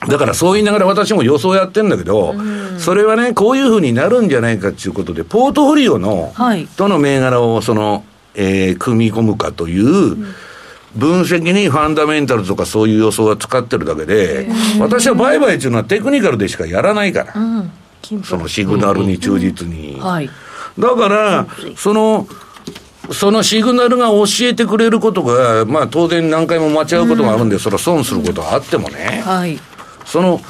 Speaker 2: だからそう言いながら私も予想やってんだけど、それはね、こういうふうになるんじゃないかっていうことで、ポートフォリオの、
Speaker 1: はい
Speaker 2: どの銘柄をその、えー組み込むかという、分析にファンダメンタルとかそういう予想は使ってるだけで、私は売買っていうのはテクニカルでしかやらないから、そのシグナルに忠実に。
Speaker 1: はい
Speaker 2: だから、その、そのシグナルが教えてくれることが、まあ当然何回も間違うことがあるんで、それは損することはあってもね、
Speaker 1: はい
Speaker 2: その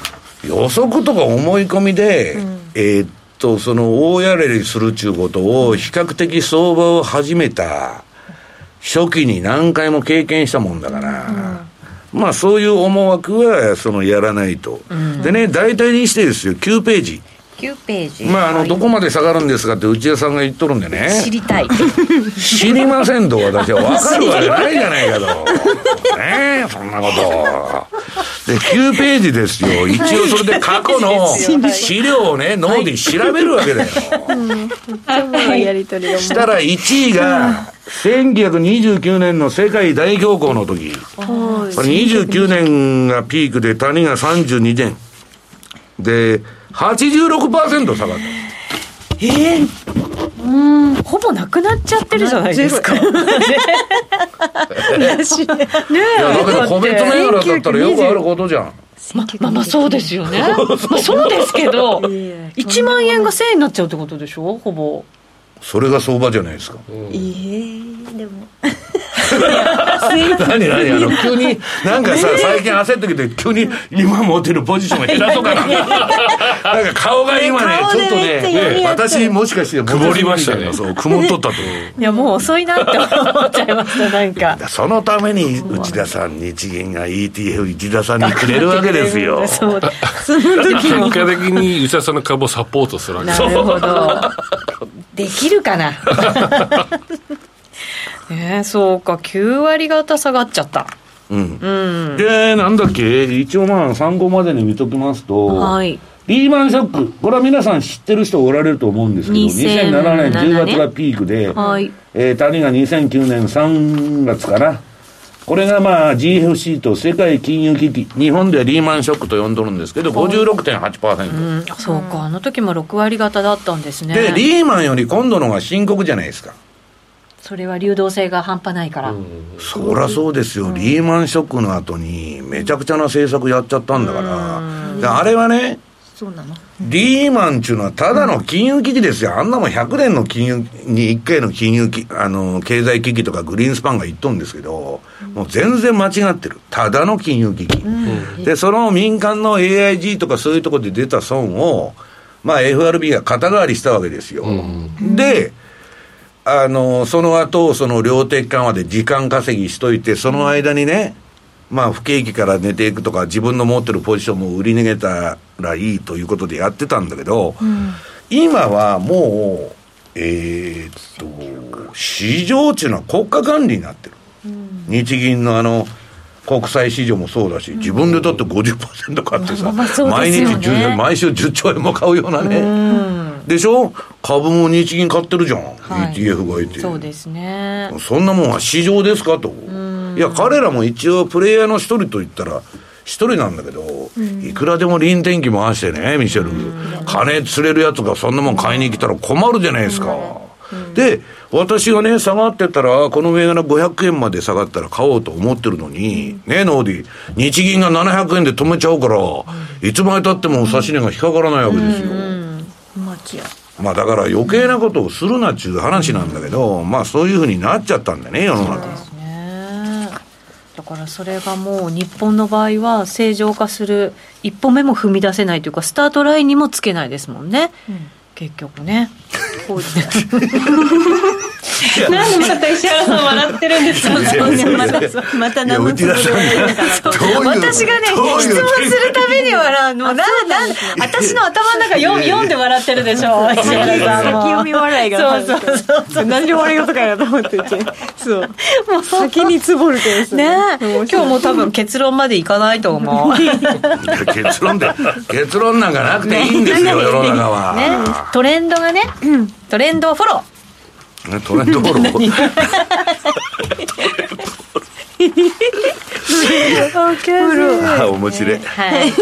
Speaker 2: 予測とか思い込みで、えーっと、その大やれりするっちゅうことを比較的相場を始めた初期に何回も経験したもんだから、まあそういう思惑はそのやらないと。でね、大体にしてですよ、9ページ。
Speaker 1: 9ページ
Speaker 2: まああ
Speaker 1: は
Speaker 2: の、
Speaker 1: い
Speaker 2: どこまで下がるんですかって内田さんが言っとるんでね。
Speaker 1: 知りたい
Speaker 2: 知りませんと私は分かるわけないじゃないかと。ねえ、そんなこと。で、9ページですよ。一応それで過去の資料をね、脳で調べるわけだよ。
Speaker 8: はい。
Speaker 6: り取りを
Speaker 2: したら1位が、1929年の世界大恐慌の時。これ29年がピークで、谷が32年。で、86%下がった。
Speaker 1: ほぼなくなっちゃってるじゃないですか
Speaker 2: いや、だけど個別銘柄だったらよくあることじゃん。
Speaker 1: ままあまあ そうですよねまあそうですけど1万円が1000円になっちゃうってことでしょほぼ
Speaker 2: それが相場じゃないですか。
Speaker 6: えでも
Speaker 2: 何何あの急になんかさ最近焦ってきて急に今持てるポジションを減らそう かななんか顔が今ねちょっとねね私もしかして曇
Speaker 3: 曇りましたね
Speaker 2: そう 曇っとったと
Speaker 1: いやもう遅いなって思っちゃいましたなんか
Speaker 2: そのために内田さん日銀が ETF 内田さんにくれるわけですよ
Speaker 1: そう
Speaker 3: 結果的に内田さんの株をサポートするわけ
Speaker 1: な
Speaker 3: です
Speaker 1: るほど。できるか な。ねえ、そうか、9割方下がっちゃった。
Speaker 2: うん
Speaker 1: うん。
Speaker 2: でなんだっけ一応まあ参考までに見ときますと、
Speaker 1: はい。
Speaker 2: リーマンショックこれは皆さん知ってる人おられると思うんですけど2007年10月がピークで、
Speaker 1: はい。
Speaker 2: えー、谷が2009年3月かな。これがまあ GFC と世界金融危機。日本ではリーマンショックと呼んどるんですけど、56.8%。
Speaker 1: うんそうか、あの時も6割方だったんですね。
Speaker 2: で、リーマンより今度のが深刻じゃないですか。
Speaker 1: それは流動性が半端ないから。
Speaker 2: そりゃそうですよ、リーマンショックの後に、めちゃくちゃな政策やっちゃったんだから、であれはね、リーマンっていうのはただの金融危機ですよ。あんなもん100年の金融に1回の金融危あの、経済危機とかグリーンスパンが言っとんですけど、もう全然間違ってる。ただの金融危機。で、その民間の AIG とかそういうところで出た損を、まあ FRB が肩代わりしたわけですよ。で、あの、その後、その量的緩和で時間稼ぎしといて、その間にね、まあ不景気から寝ていくとか、自分の持ってるポジションも売り逃げたらいいということでやってたんだけど、今はもう、えーっと、市場っていうのは国家管理になってる。日銀のあの、国際市場もそうだし、自分でだって50%買ってさ、
Speaker 1: まあそう
Speaker 2: 毎
Speaker 1: です
Speaker 2: 日
Speaker 1: よね
Speaker 2: 10、毎週10兆円も買うようなね。でしょ株も日銀買ってるじゃん、
Speaker 1: はい
Speaker 2: ETF がいて
Speaker 1: そうですね。
Speaker 2: そんなもんは市場ですかといや彼らも一応プレイヤーの一人と言ったら一人なんだけど、いくらでも臨転機回してねミシェル金釣れるやつがそんなもん買いに来たら困るじゃないですか、で私がね下がってたらこの銘柄500円まで下がったら買おうと思ってるのに、ねノーディ日銀が700円で止めちゃうから、いつまでたっても差し値が引っかからないわけですよ、まあだから余計なことをするなっちゅう話なんだけど、まあそういうふうになっちゃったんだね、世の中。
Speaker 1: ねだからそれがもう日本の場合は正常化する一歩目も踏み出せないというかスタートラインにもつけないですもんね、結局ね
Speaker 8: なんでまた石原さん笑ってる んですか
Speaker 2: そうそう
Speaker 6: またまた
Speaker 2: いや、
Speaker 6: 何の
Speaker 2: 内田さんが、どういう、
Speaker 1: 私がね質
Speaker 2: どういう
Speaker 1: 問するために笑うのもうなんなん私の頭の中読読んで笑ってるでしょ石原さん
Speaker 6: 先
Speaker 1: も
Speaker 6: 読み笑いがそうそうそう何で笑い事かやと思っててそう先につぼるけどです
Speaker 1: ねえ今日もう多分結論までいかないと思う
Speaker 2: いや結論で、結論なんかなくていいんですよ、世の中
Speaker 1: ね
Speaker 2: は。
Speaker 1: トレンドがねトレンドをフォロー
Speaker 2: ねトレンドフォロー。あ面白い。
Speaker 1: はい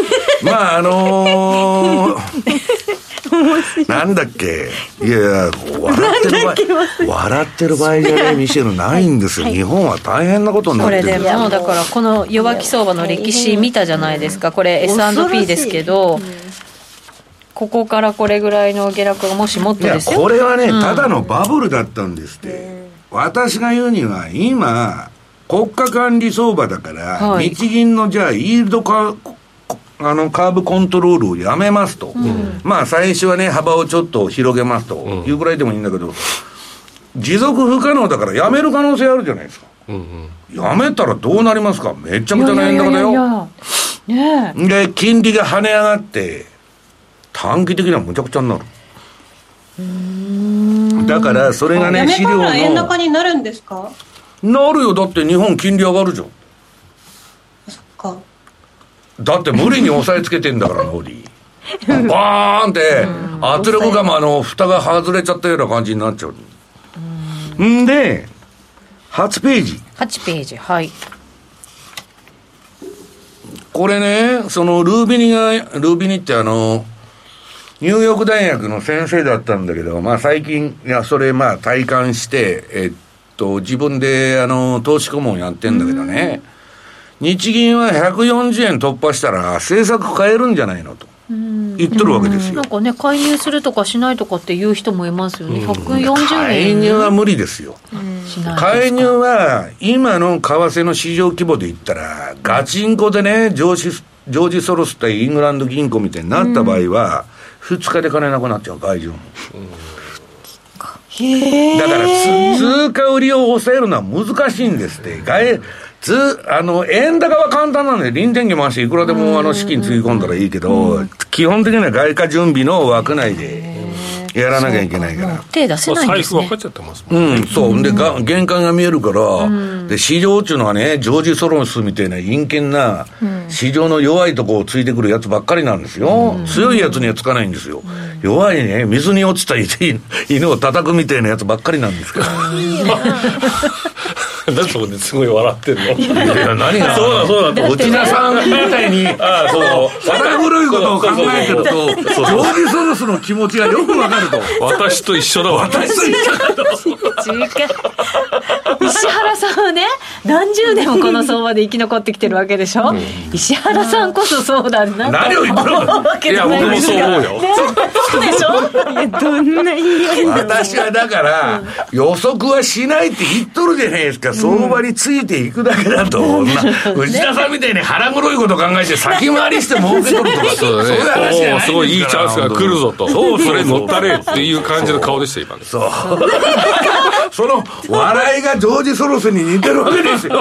Speaker 2: まああのー、なんだっけいやいや笑ってる場合笑ってる場合じゃないミシェルないんですよ、日本は大変なことにな
Speaker 1: こ
Speaker 2: って
Speaker 1: れ
Speaker 2: るんで
Speaker 1: ですもうだからこの弱気相場の歴史見たじゃないですかこれ S&P ですけどここからこれぐらいの下落がもしもっと
Speaker 2: いや
Speaker 1: ですよ
Speaker 2: これはね、ただのバブルだったんですって、私が言うには今国家管理相場だから、
Speaker 1: はい
Speaker 2: 日銀のじゃあイールドカあのカーブコントロールをやめますと、まあ最初はね幅をちょっと広げますというぐらいでもいいんだけど、持続不可能だからやめる可能性あるじゃないですか
Speaker 3: うんうん
Speaker 2: やめたらどうなりますかめちゃくちゃ大変だからよ
Speaker 1: いやいやいやいやね
Speaker 2: で金利が跳ね上がって短期的にはむちゃくちゃになるだからそれが
Speaker 8: や
Speaker 2: ね
Speaker 8: め
Speaker 2: 資
Speaker 8: た
Speaker 2: 料の
Speaker 8: ら円高になるんですか
Speaker 2: なるよだって日本金利上がるじゃん
Speaker 8: そっか
Speaker 2: だって無理に押さえつけてんだからノーリーバーンって圧力釜あの蓋が外れちゃったような感じになっちゃうんで8ページ
Speaker 1: え8ページはい
Speaker 2: これね、そのルービニが、ルービニってあの、ニューヨーク大学の先生だったんだけど、まあ最近、いや、それまあ体感して、えっと、自分であの、投資顧問やってんだけどね、日銀は140円突破したら政策変えるんじゃないのと言ってるわけですよ
Speaker 1: なん。かね介入するとかしないとかっていう人もいますよね140
Speaker 2: 介
Speaker 1: 円
Speaker 2: 入は無理ですよ。
Speaker 1: しない
Speaker 2: 介入は今の為替の市場規模で言ったらガチンコでねジョージスジョージ・ソロス対イングランド銀行みたいになった場合は、二2日で金なくなっちゃう外需も、だからつ通貨売りを抑えるのは難しいんですって外つあの円高は簡単なんで臨転機回していくらでもあの資金つぎ込んだらいいけど基本的には外貨準備の枠内でやらなきゃいけないから
Speaker 1: 手出せ
Speaker 3: まあ
Speaker 1: ないんで
Speaker 3: 財
Speaker 1: す
Speaker 3: 布分
Speaker 1: ね
Speaker 3: かっちゃってますもん
Speaker 2: うん、そう。で、が限界が見えるから、で、市場っていうのはね、ジョージ・ソロスみたいな陰険な、市場の弱いとこをついてくるやつばっかりなんですよ。強いやつにはつかないんですよ。弱いね、水に落ちた犬 犬を叩くみたいなやつばっかりなんですけど。
Speaker 3: なんでそこですごい笑ってんの
Speaker 2: いや、何が。
Speaker 3: そうだそうだと
Speaker 2: 内田さんみた いに、
Speaker 3: ああそう
Speaker 2: 堅古いことを考えてると、ジョージ・ソロスの気持ちがよくわかる と。
Speaker 3: 私と一緒だわ
Speaker 2: 私と一緒だ
Speaker 1: 違う 石原さんはね何十年もこの相場で生き残ってきてるわけでしょ、石原さんこそそうだな
Speaker 2: 何を言ってるの
Speaker 1: わけ
Speaker 3: い
Speaker 1: じゃ
Speaker 3: や
Speaker 1: ない
Speaker 3: 僕
Speaker 1: で
Speaker 3: も
Speaker 1: す
Speaker 3: そう
Speaker 1: か
Speaker 3: 思うよ
Speaker 1: そうでしょ
Speaker 6: どんないいよ
Speaker 2: 私はだから、予測はしないって言っとるじゃないですか、相場についていくだけだと、 女内田さんみたいに腹黒いこと考えて先回りして儲けとるとか
Speaker 3: そう
Speaker 2: い
Speaker 3: だ
Speaker 2: 話じゃな
Speaker 3: ね。おお、
Speaker 2: ですす
Speaker 3: ごいいいチャンスが来るぞと。
Speaker 2: そうそう
Speaker 3: それ乗ったれっていう感じの顔でした、今ね。
Speaker 2: そうその笑いがジョージ・ソロスに似てるわけですよ、ね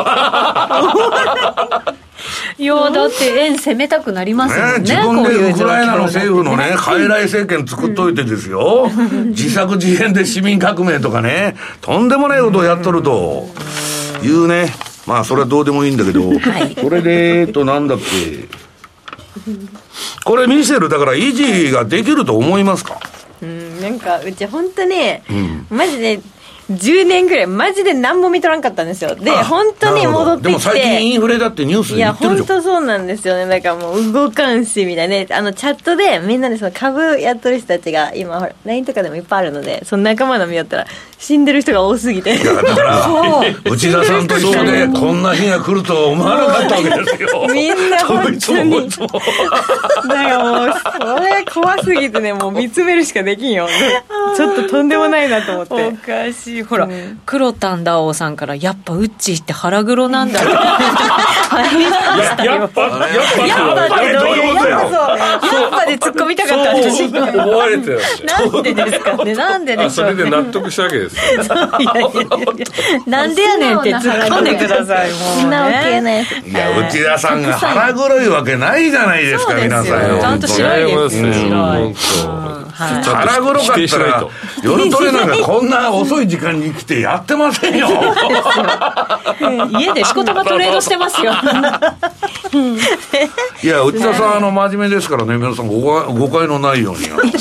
Speaker 1: いやだって円攻めたくなりますもんね
Speaker 2: 自
Speaker 1: こ
Speaker 2: 分
Speaker 1: うい
Speaker 2: で
Speaker 1: う
Speaker 2: ウク
Speaker 1: 状況
Speaker 2: ライナの
Speaker 1: だと
Speaker 2: 政府のね傀儡政権作っといてですよ自作自演で市民革命とかねとんでもないことをやっとるというねまあそれはどうでもいいんだけど、これでえっとなんだっけこれミシェルだから維持ができると思いますか
Speaker 6: うんなんかうち本当ね、マジで10年ぐらいマジで何も見とらんかったんですよで
Speaker 2: あ
Speaker 6: 本当に
Speaker 2: なるほど
Speaker 6: 戻って
Speaker 2: でも
Speaker 6: き
Speaker 2: 最近イ
Speaker 6: て
Speaker 2: ンフレだってニュース
Speaker 6: い
Speaker 2: で言
Speaker 6: や
Speaker 2: ってるじ
Speaker 6: 本
Speaker 2: ゃん
Speaker 6: 当そうなんですよねだからもう動かんしみたいなねあのチャットでみんなでその株やっとる人たちが今ほら LINE とかでもいっぱいあるのでその仲間の見よったら死んでる人が多すぎて
Speaker 2: いやだ から内田さんと一緒でこんな日が来るとは思わなかったわけですよ
Speaker 6: みんな本
Speaker 2: いつ
Speaker 6: 当
Speaker 2: もこ
Speaker 6: に
Speaker 2: いつも
Speaker 6: だからもうそれ 怖すぎてねもう見つめるしかできんよちょっととんでもないなと思って
Speaker 1: おかしいいうほら、黒丹だおさんからやっぱウッチーって腹黒なんだって
Speaker 9: ややっぱやっぱ
Speaker 1: やっぱ
Speaker 2: どういうことや
Speaker 1: やっぱで突っ込みたかった
Speaker 3: そ
Speaker 1: 私
Speaker 3: う思われてるんですよ
Speaker 1: なんでです かねなんでで
Speaker 3: あ
Speaker 1: し
Speaker 3: そ
Speaker 1: ょ
Speaker 3: れ
Speaker 1: う
Speaker 3: で
Speaker 1: ね
Speaker 3: 納得したわけですよ
Speaker 1: いやいやいやいや なんでやねんって突っ込んでくださいも う
Speaker 6: なわけ
Speaker 1: ね
Speaker 6: ないです
Speaker 2: いや内田さんが腹黒いわけないじゃないですか
Speaker 1: そうですよ
Speaker 2: 皆さんよ
Speaker 1: ちゃんと白いです
Speaker 3: 羨ましい
Speaker 1: 白い
Speaker 3: 本当
Speaker 1: はい
Speaker 3: ちゃんと
Speaker 2: 腹黒
Speaker 3: 否
Speaker 2: かっ
Speaker 3: 定したない
Speaker 2: ら
Speaker 3: と
Speaker 2: 夜トレなんかこんな遅い時間に来てやってませんよ
Speaker 1: 家で仕事がトレードしてますよ
Speaker 2: いや内田さんあの真面目ですからね皆さん誤解誤解のないように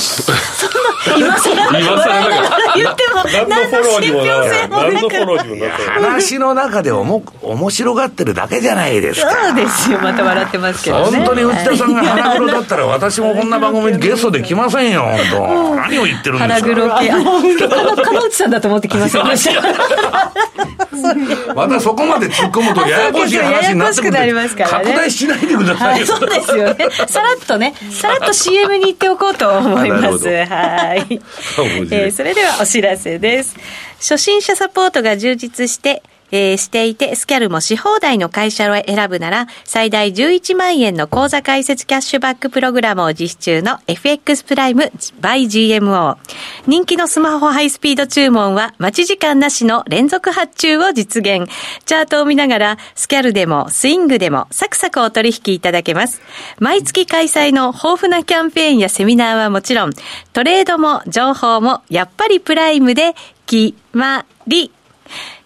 Speaker 3: 今更だから
Speaker 1: 言っても
Speaker 3: 何のフォローにもならない何のフォローにもならない
Speaker 2: 話の中でおも面白がってるだけじゃないですか
Speaker 1: そうですよまた笑ってますけどね
Speaker 2: 本当に内田さんが腹黒だったら私もこんな番組にゲストで来ませんよ本当何を言ってるんで
Speaker 1: 腹
Speaker 2: すか
Speaker 1: 黒系あ金内さんだと思ってき ませんでした
Speaker 2: またそこまで突っ込むとややこしい話になってくるんで
Speaker 1: ややこしくなりますから
Speaker 2: 拡
Speaker 1: ね
Speaker 2: 大しないでくださ
Speaker 1: はい
Speaker 2: よ
Speaker 1: い、そうですよね。さらっとね、さらっと CM に行っておこうと思い
Speaker 2: あなる
Speaker 1: ま
Speaker 2: ほ
Speaker 1: す。
Speaker 2: ど
Speaker 1: はい。えーそれではお知らせです。初心者サポートが充実して、えーしていて、スキャルもし放題の会社を選ぶなら、最大11万円の口座開設キャッシュバックプログラムを実施中の FX プライム by GMO。人気のスマホハイスピード注文は、待ち時間なしの連続発注を実現。チャートを見ながら、スキャルでもスイングでもサクサクお取引いただけます。毎月開催の豊富なキャンペーンやセミナーはもちろん、トレードも情報もやっぱりプライムで決まり。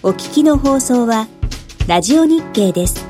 Speaker 7: お聞きの放送はラジオ日経です。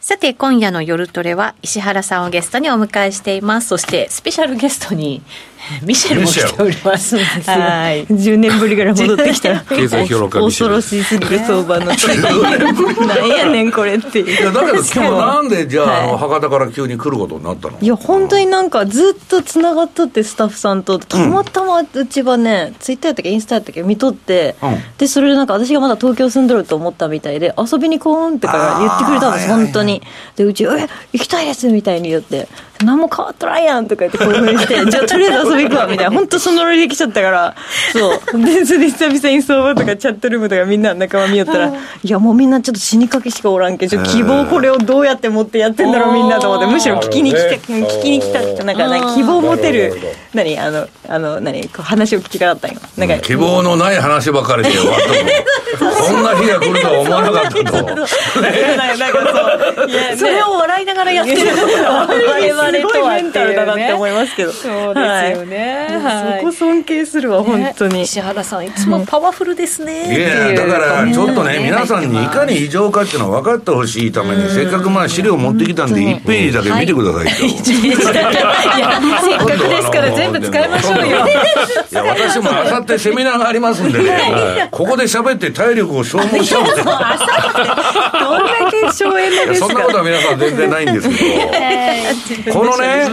Speaker 1: さて今夜の夜トレは石原さんをゲストにお迎えしていますそしてスペシャルゲストに ミシェルも来ておりますはい
Speaker 6: 10年ぶりぐらい戻ってきたら
Speaker 3: 経済評論家ミシ
Speaker 6: 恐
Speaker 3: ェル
Speaker 6: ろ
Speaker 3: です
Speaker 6: しすぎる相場の なんやねんこれって
Speaker 2: い
Speaker 6: い
Speaker 2: や
Speaker 6: う
Speaker 2: だけど今日なんでじゃあ,、
Speaker 6: はい
Speaker 2: あの博多から急に来ることになったの
Speaker 6: いや本当になんかずっとつながっとってスタッフさんとたまたまうちはね、ツイッターやったっけインスタやったっけ見とって、
Speaker 2: うん
Speaker 6: でそれでなんか私がまだ東京住んどると思ったみたいで遊びに来んってから言ってくれたんです
Speaker 2: あー
Speaker 6: 本当に、でうち「え行きたいです」みたいに言って「何も変わっとらんやん」とか言って興奮して「じゃあとりあえず遊び行くわ」みたいな本当そのノリで来ちゃったからそうでそれで久々に相場とかチャットルームとかみんな仲間見よったら「いやもうみんなちょっと死にかけしかおらんけど希望これをどうやって持ってやってんだろうみんな」と思ってむしろ聞きに来て
Speaker 3: なるほどね
Speaker 6: 聞きに来たってなんかなんか希望持てる
Speaker 3: なるほど
Speaker 6: 何あのあの何こう話を聞きたかったんよなんか、
Speaker 2: 希望のない話ばかりで終わったもん こんな日が来るとは思わなかったと
Speaker 6: なんかなんかそうい やね
Speaker 1: それを笑いながらやってる
Speaker 6: 我
Speaker 1: 我
Speaker 6: 々
Speaker 1: 々
Speaker 6: と
Speaker 1: と
Speaker 6: は
Speaker 1: は
Speaker 6: メンタルだなって思いますけど。
Speaker 1: そうですよね
Speaker 6: はい
Speaker 1: はい
Speaker 6: そこ尊敬するわ、本当 に。
Speaker 1: 石原さんいつもパワフルですね
Speaker 2: いやだからちょっとね皆さんにいか
Speaker 1: に
Speaker 2: に異常かっていうのを分かってほしいためにせっかくまあ資料持ってきたんで1ページだけ見てくださいよ、
Speaker 1: いやせっかくですから全部使いましょうよ
Speaker 2: いや私もあさってセミナーがありますんでね、ここで喋って体力を消耗しちゃういや
Speaker 6: どんだけ省エネ
Speaker 2: そんなことは皆さん全然ないんです けどこのね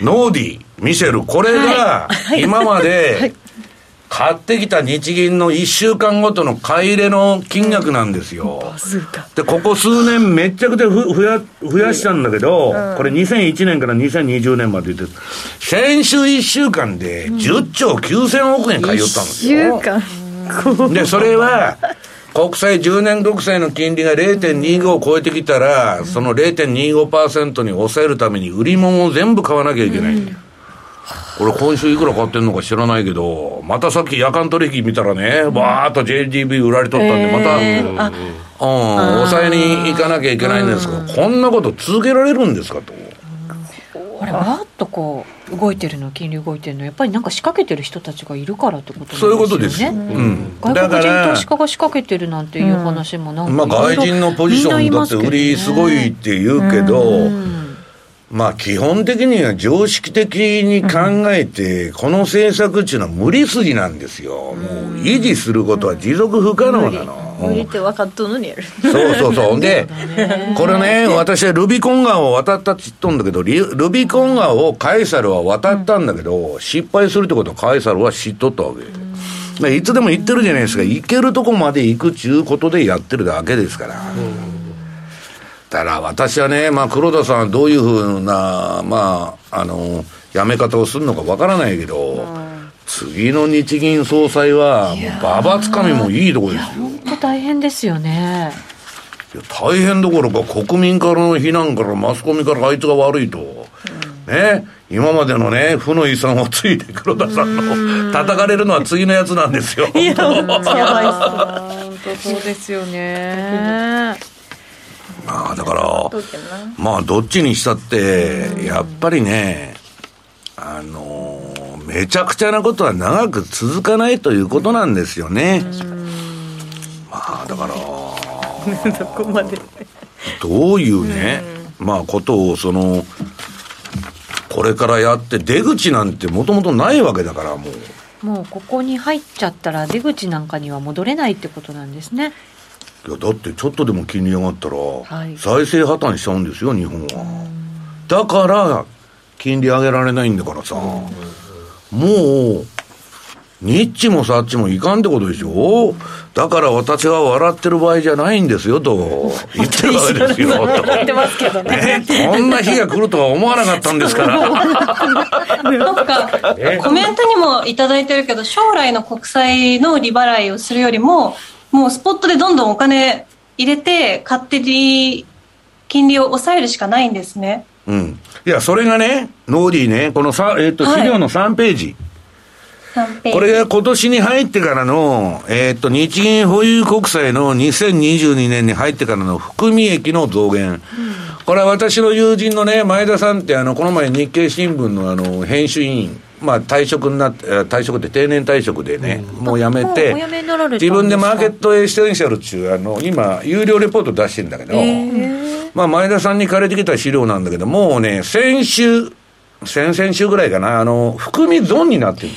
Speaker 2: ノーディミシェルこれが今まで買ってきた日銀の1週間ごとの買い入れの金額なんですよ。で、ここ数年めっちゃくちゃふ増や、増やしたんだけど、これ2001年から2020年までで、先週1週間で10兆9000億円買い寄ったんですよ。で、それは、国債10年国債の金利が0.25を超えてきたら、その0.25%に抑えるために売り物を全部買わなきゃいけない。俺今週いくら買ってんのか知らないけど、またさっき夜間取引見たらね、わーっと JGB 売られとったんで、また、うん、抑えに行かなきゃいけないんですが、こんなこと続けられるんですかと。
Speaker 1: これバーッとこう動いてるの金利動いてるのやっぱりなんか仕掛けてる人たちがいるからってことなんです
Speaker 2: そ
Speaker 1: よ
Speaker 2: う
Speaker 1: ね
Speaker 2: いうことですよ。うん。
Speaker 1: 外
Speaker 2: だか
Speaker 1: 国人
Speaker 2: ら
Speaker 1: 投資家が仕掛けてるなんていう話もなんか、
Speaker 2: まあ外人のポジションだって売りすごいって言うけど、まあ基本的には常識的に考えて、この政策っていうのは無理筋なんですよ。もう維持することは持続不可能なの。
Speaker 6: 無理って分かっとんのにやる
Speaker 2: そうそうそう。で、これね、私はルビコン川を渡ったって言っとんだけど、リルビコン川をカエサルは渡ったんだけど、失敗するってことはカエサルは知っとったわけ。まあいつでも言ってるじゃないですか、行けるとこまで行くっちゅうことでやってるだけですから。だから私はね、まあ、黒田さんはどういうふうな、まあ、あの、やめ方をするのかわからないけど、次の日銀総裁は、もう、ばばつかみもいいとこですよ。
Speaker 1: 本当大変ですよね
Speaker 2: いや大変どころか国民からの非難からマスコミからあいつが悪いと、ね今までのね負の遺産をついて黒田さんの叩かれるのは次のやつなんですよ
Speaker 1: 本当そうですよね
Speaker 2: まあだからまあどっちにしたってやっぱりねあのーめちゃくちゃなことは長く続かないということなんですよねまあだから
Speaker 6: どこまで
Speaker 2: どういうね、まあことをそのこれからやって出口なんてもともとないわけだからもう
Speaker 1: もうここに入っちゃったら出口なんかには戻れないってことなんですね
Speaker 2: いやだってちょっとでも金利上がったら、
Speaker 1: い
Speaker 2: 財政破綻しちゃうんですよ日本は、だから金利上げられないんだからさ、もうニッチもサッチもいかんってことでしょだから私は笑ってる場合じゃないんですよと言ってるわけですよと
Speaker 1: 言ってますけどね
Speaker 2: ねこんな日が来るとは思わなかったんですから
Speaker 8: なんか、コメントにもいただいてるけど、将来の国債の利払いをするよりも、もうスポットでどんどんお金入れて、勝手に金利を抑えるしかないんですね。
Speaker 2: うん。いや、それがね、ノーディーね、このさ、えっ、と、
Speaker 8: はい
Speaker 2: 資料の3ページ。
Speaker 8: 3ページ
Speaker 2: これが今年に入ってからの、えっ、と、日銀保有国債の2022年に入ってからの含み益の増減。これは私の友人のね、前田さんって、あの、この前日経新聞のあの、編集委員、まあ退職になって、えー退職って定年退職でね、もう辞めて、
Speaker 1: もうお辞めになられたんです
Speaker 2: 自
Speaker 1: か
Speaker 2: 分でマーケットエッセンシャルっていう、あの、今、有料レポート出してんだけど、まあ、前田さんに借りてきた資料なんだけど、もうね、先週、先々週ぐらいかな、あの、含み損になってるの。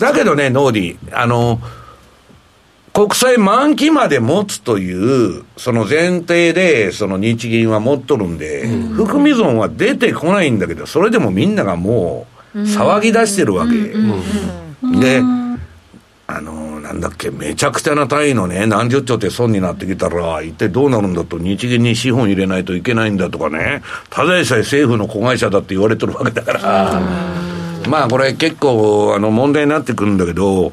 Speaker 2: だけどね、ノーディー、あの、国債満期まで持つという、その前提で、その日銀は持っとるんで、含み損は出てこないんだけど、それでもみんながもう、騒ぎ出してるわけ。で、あのーなんだっけ、めちゃくちゃな単位のね、何十兆って損になってきたら、一体どうなるんだと、日銀に資本入れないといけないんだとかね、ただでさえ政府の子会社だって言われてるわけだから、まあこれ結構、あの、問題になってくるんだけど、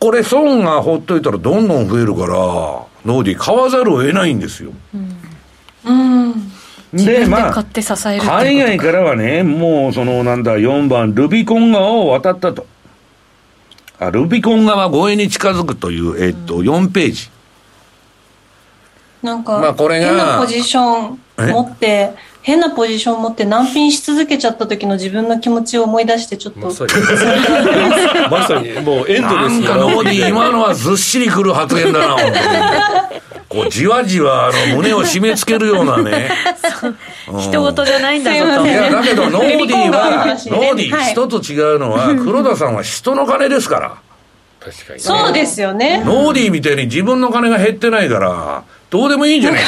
Speaker 2: これ損がほっといたらどんどん増えるから、ノーディー買わざるを得ないんですよ。うん。で、まあ、
Speaker 1: 買って支えるってこと
Speaker 2: 海外からはね、もうそのなんだ、4番、ルビコン川を渡ったと。あルビコン川越えに近づくという、えっと、4ページ。
Speaker 8: なんか、
Speaker 2: まあこれが
Speaker 8: 変なポジション持って、変なポジション持って難品し続けちゃった時の自分の気持ちを思い出して、ちょっと、
Speaker 3: まさにまさにもうエンド
Speaker 2: な
Speaker 3: レス
Speaker 2: んかノーディー、今のはずっしりくる発言 だな、本当に。こう、じわじわ、あの、胸を締め付けるようなね。
Speaker 1: 人事じゃないんだぞ
Speaker 8: すいま
Speaker 1: と
Speaker 2: い
Speaker 8: せん
Speaker 2: や、だけど、ノ ーディーは、
Speaker 8: ルビコン川の
Speaker 2: ノ
Speaker 8: 話ね
Speaker 2: ーディー、
Speaker 8: はい
Speaker 2: 人と違うのは、黒田さんは人の金ですから。
Speaker 3: 確かに
Speaker 8: そうですよね。
Speaker 2: ノーディーみたいに自分の金が減ってないから、どうでもいいんじゃないで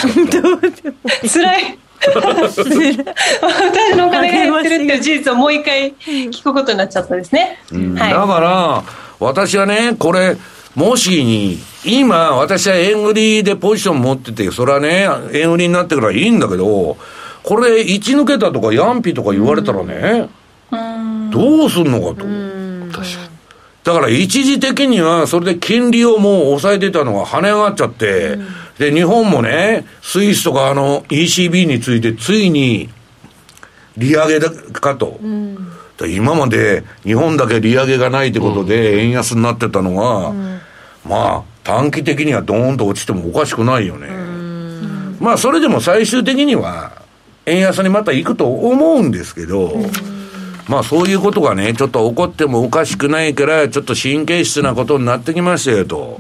Speaker 2: すか。
Speaker 8: 辛い。 私のお金が減ってるっていう事実をもう一回聞くことになっちゃったですね。はい。
Speaker 2: だから、私はね、これ、もしに、今、私は円売りでポジション持ってて、それはね、円売りになってからいいんだけど、これ、一抜けたとか、ヤンピとか言われたらね、どうすんのかと。だから一時的には、それで金利をもう抑えてたのが跳ね上がっちゃって、で、日本もね、スイスとかあの ECB について、ついに利上げだかと。だから今まで日本だけ利上げがないってことで円安になってたのが、まあ短期的にはドーンと落ちてもおかしくないよね。まあそれでも最終的には円安にまた行くと思うんですけど、まあそういうことがね、ちょっと起こってもおかしくないから、ちょっと神経質なことになってきましたよと。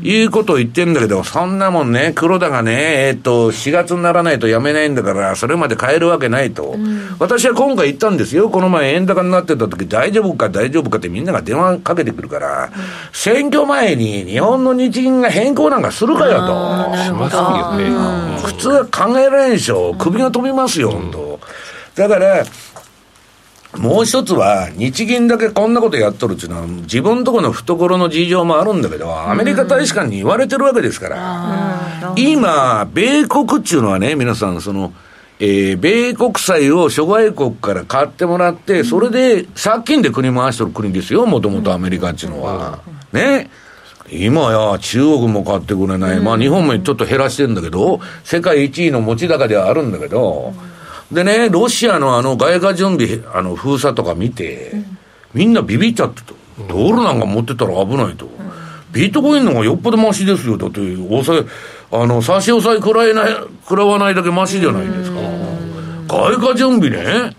Speaker 2: いうことを言ってんだけど、そんなもんね、黒田がね、えっと、4月にならないとやめないんだから、それまで変えるわけないと。私は今回言ったんですよ。この前円高になってた時、大丈夫か大丈夫かってみんなが電話かけてくるから、選挙前に日本の日銀が変更なんかするかよと。
Speaker 3: しますよね。うん
Speaker 2: 普通は考えられないでしょ。首が飛びますよ、本当。だから、もう一つは、日銀だけこんなことやっとるっていうのは、自分とこの懐の事情もあるんだけど、アメリカ大使館に言われてるわけですから、今、米国っていうのはね、皆さん、その、えー米国債を諸外国から買ってもらって、それで借金で国回してる国ですよ、もともとアメリカっていうのは。ね。今や中国も買ってくれない、まあ日本もちょっと減らしてんだけど、世界一位の持ち高ではあるんだけど、でね、ロシアのあの外貨準備、あの封鎖とか見て、みんなビビっちゃってと、ドルなんか持ってたら危ないと、ビートコインの方がよっぽどマシですよ、だって、抑え、あの、差し押さえ食らえない、食らわないだけマシじゃないですか。外貨準備ね、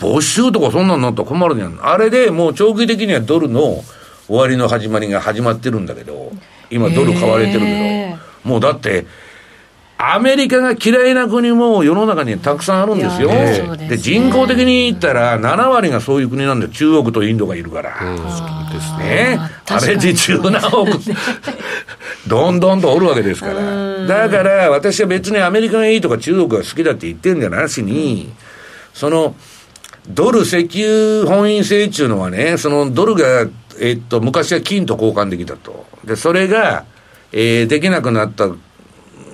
Speaker 2: 没収とかそんなんなったら困るじゃん。あれでもう長期的にはドルの終わりの始まりが始まってるんだけど、今ドル買われてるけど、もうだって、アメリカが嫌いな国も世の中にたくさんあるんですよ。
Speaker 3: いやそう
Speaker 2: で人口的に言ったら7割がそういう国なんで中国とインドがいるから。
Speaker 3: そうですね。
Speaker 2: ね、あれで17億、 どんどんとおるわけですから。だから、私は別にアメリカがいいとか中国が好きだって言ってんじゃなしに、その、ドル石油本位制っていうのはね、そのドルが、えっと、昔は金と交換できたと。で、それが、えーできなくなった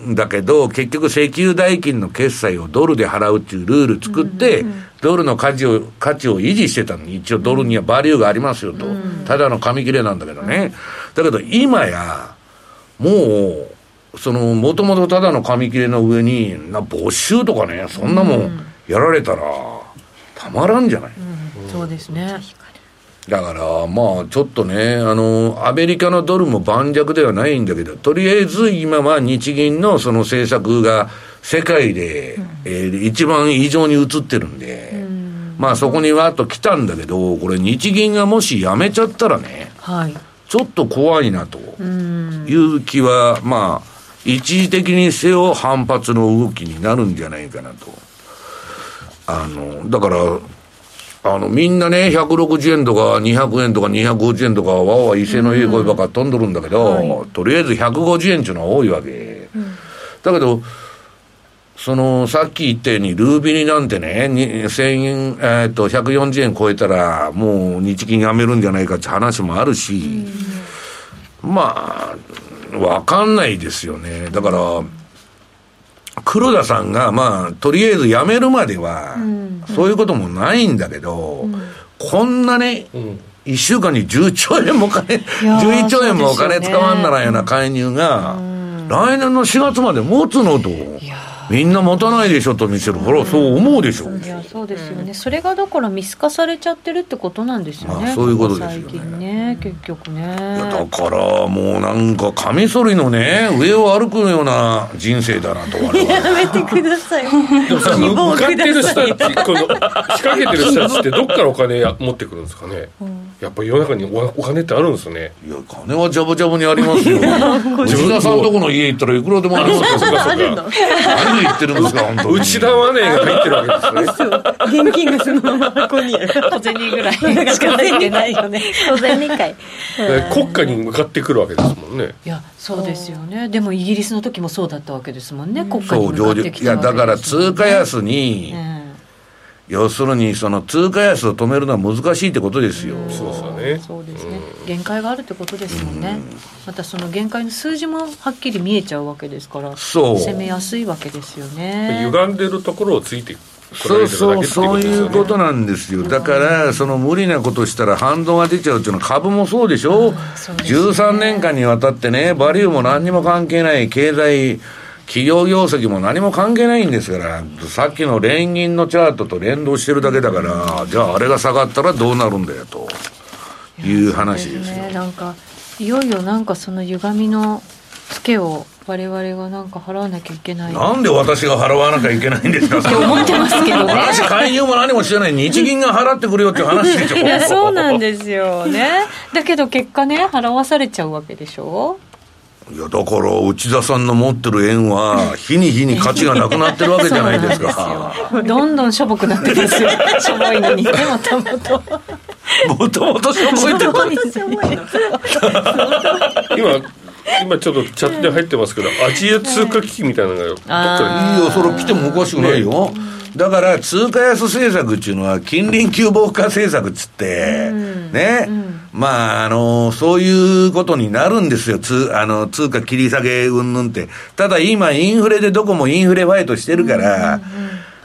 Speaker 2: だけど、結局石油代金の決済をドルで払うっていうルール作って、ドルの価値を、価値を維持してたのに、一応ドルにはバリューがありますよと。ただの紙切れなんだけどね。だけど今や、もう、その、もともとただの紙切れの上に、な、没収とかね、そんなもんやられたら、たまらんじゃない。
Speaker 1: そうですね
Speaker 2: だから、まあ、ちょっとね、あの、アメリカのドルも盤石ではないんだけど、とりあえず今は日銀のその政策が世界で、えー一番異常に映ってるんで、まあそこにわーっと来たんだけど、これ日銀がもしやめちゃったらね、
Speaker 1: はい
Speaker 2: ちょっと怖いなという気は、まあ、一時的にせよ反発の動きになるんじゃないかなと。あの、だから、あの、みんなね、160円とか200円とか250円とか、わーわー威勢のいい声ばっか飛んどるんだけど、とりあえず150円っていうのは多いわけ。だけど、その、さっき言ったように、ルービニなんてね、に千円、えーっと、140円超えたら、もう日銀やめるんじゃないかって話もあるし、まあ、わかんないですよね。だから、黒田さんが、まあ、とりあえず辞めるまでは、そういうこともないんだけど、こんなね、一1週間に10兆円もお金、11兆円もお金使わんならんような介入が、来年の4月まで持つのと、みんな持たないでしょと見せる。ほら、そう思うでしょ。
Speaker 1: いやそうですよね、それがだから見透かされちゃってるってことなんですよね、
Speaker 2: まあそういうことですよね
Speaker 1: ここ最近ね結局
Speaker 2: いや
Speaker 1: ね
Speaker 2: だからもうなんかカミソリのね上を歩くような人生だなと 我々は
Speaker 6: やめてください。
Speaker 3: でもさ、向かってる人たち、この、仕掛けてる人 たちってどっからお金や持ってくるんですかね。やっぱ世の中におお金ってあるんですね。
Speaker 2: いや金はジャブジャブにありますよ内田さんとこの家行ったらいくらでもありますよ
Speaker 3: そうかそうか
Speaker 6: あるの
Speaker 2: あり何言ってるんですか本当に
Speaker 3: 内田マネーが入ってるわけですね。
Speaker 6: 現金がそのまま箱に
Speaker 1: 小銭ぐらいしか入ってないよね
Speaker 10: 当然理解
Speaker 3: えー国家に向かってくるわけですもんね。
Speaker 1: いやそうですよねでもイギリスの時もそうだったわけですもんね、国家に
Speaker 2: そう
Speaker 1: 向か
Speaker 2: 上
Speaker 1: っ
Speaker 2: 場
Speaker 1: て
Speaker 2: い
Speaker 1: きた
Speaker 2: や
Speaker 1: わけです
Speaker 2: だから通貨安に、
Speaker 1: うん
Speaker 2: 要するにその通貨安を止めるのは難しいってことですよ、
Speaker 3: そうですよね。
Speaker 1: そうですね、限界があるってことですもんね、またその限界の数字もはっきり見えちゃうわけですから
Speaker 2: そう
Speaker 1: 攻めやすいわけですよね
Speaker 3: 歪んでるところをついてこら
Speaker 2: そ
Speaker 3: れ
Speaker 2: う
Speaker 3: てる
Speaker 2: そ
Speaker 3: だ
Speaker 2: う
Speaker 3: けっていう
Speaker 2: そ
Speaker 3: こ
Speaker 2: ういうこ
Speaker 3: とですよ
Speaker 2: と
Speaker 3: ね。
Speaker 2: なんですよだからその無理なことしたら反動が出ちゃうっていうのは株もそうでしょ、
Speaker 1: そうですね
Speaker 2: 13年間にわたってねバリューも何にも関係ない経済企業業績も何も関係ないんですからさっきの連銀のチャートと連動してるだけだからじゃああれが下がったらどうなるんだよという話ですよ
Speaker 1: ねなんかいよいよなんかその歪みのツケを我々がなんか払わなきゃいけない
Speaker 2: なんで私が払わなきゃいけないんですかそれ
Speaker 1: 思ってますけどね
Speaker 2: 私介入も何もしてない日銀が払ってくれよっていう話でしょ
Speaker 1: いや そうなんですよねだけど結果ね払わされちゃうわけでしょ
Speaker 2: いやだから内田さんの持ってる円は日に日に価値がなくなってるわけじゃないですか
Speaker 1: どんどんしょぼくなってますよしょぼいのにでもた もと
Speaker 2: もともとしょぼいってこと
Speaker 3: 今今ちょっとチャットで入ってますけど、アジア通貨危機みたいなのがどっか
Speaker 2: いいよそれ来てもおかしくないよ、だから通貨安政策っていうのは近隣急防火政策っつって、ね、まああのそういうことになるんですよ通あの通貨切り下げうんぬんってただ今インフレでどこもインフレファイトしてるから、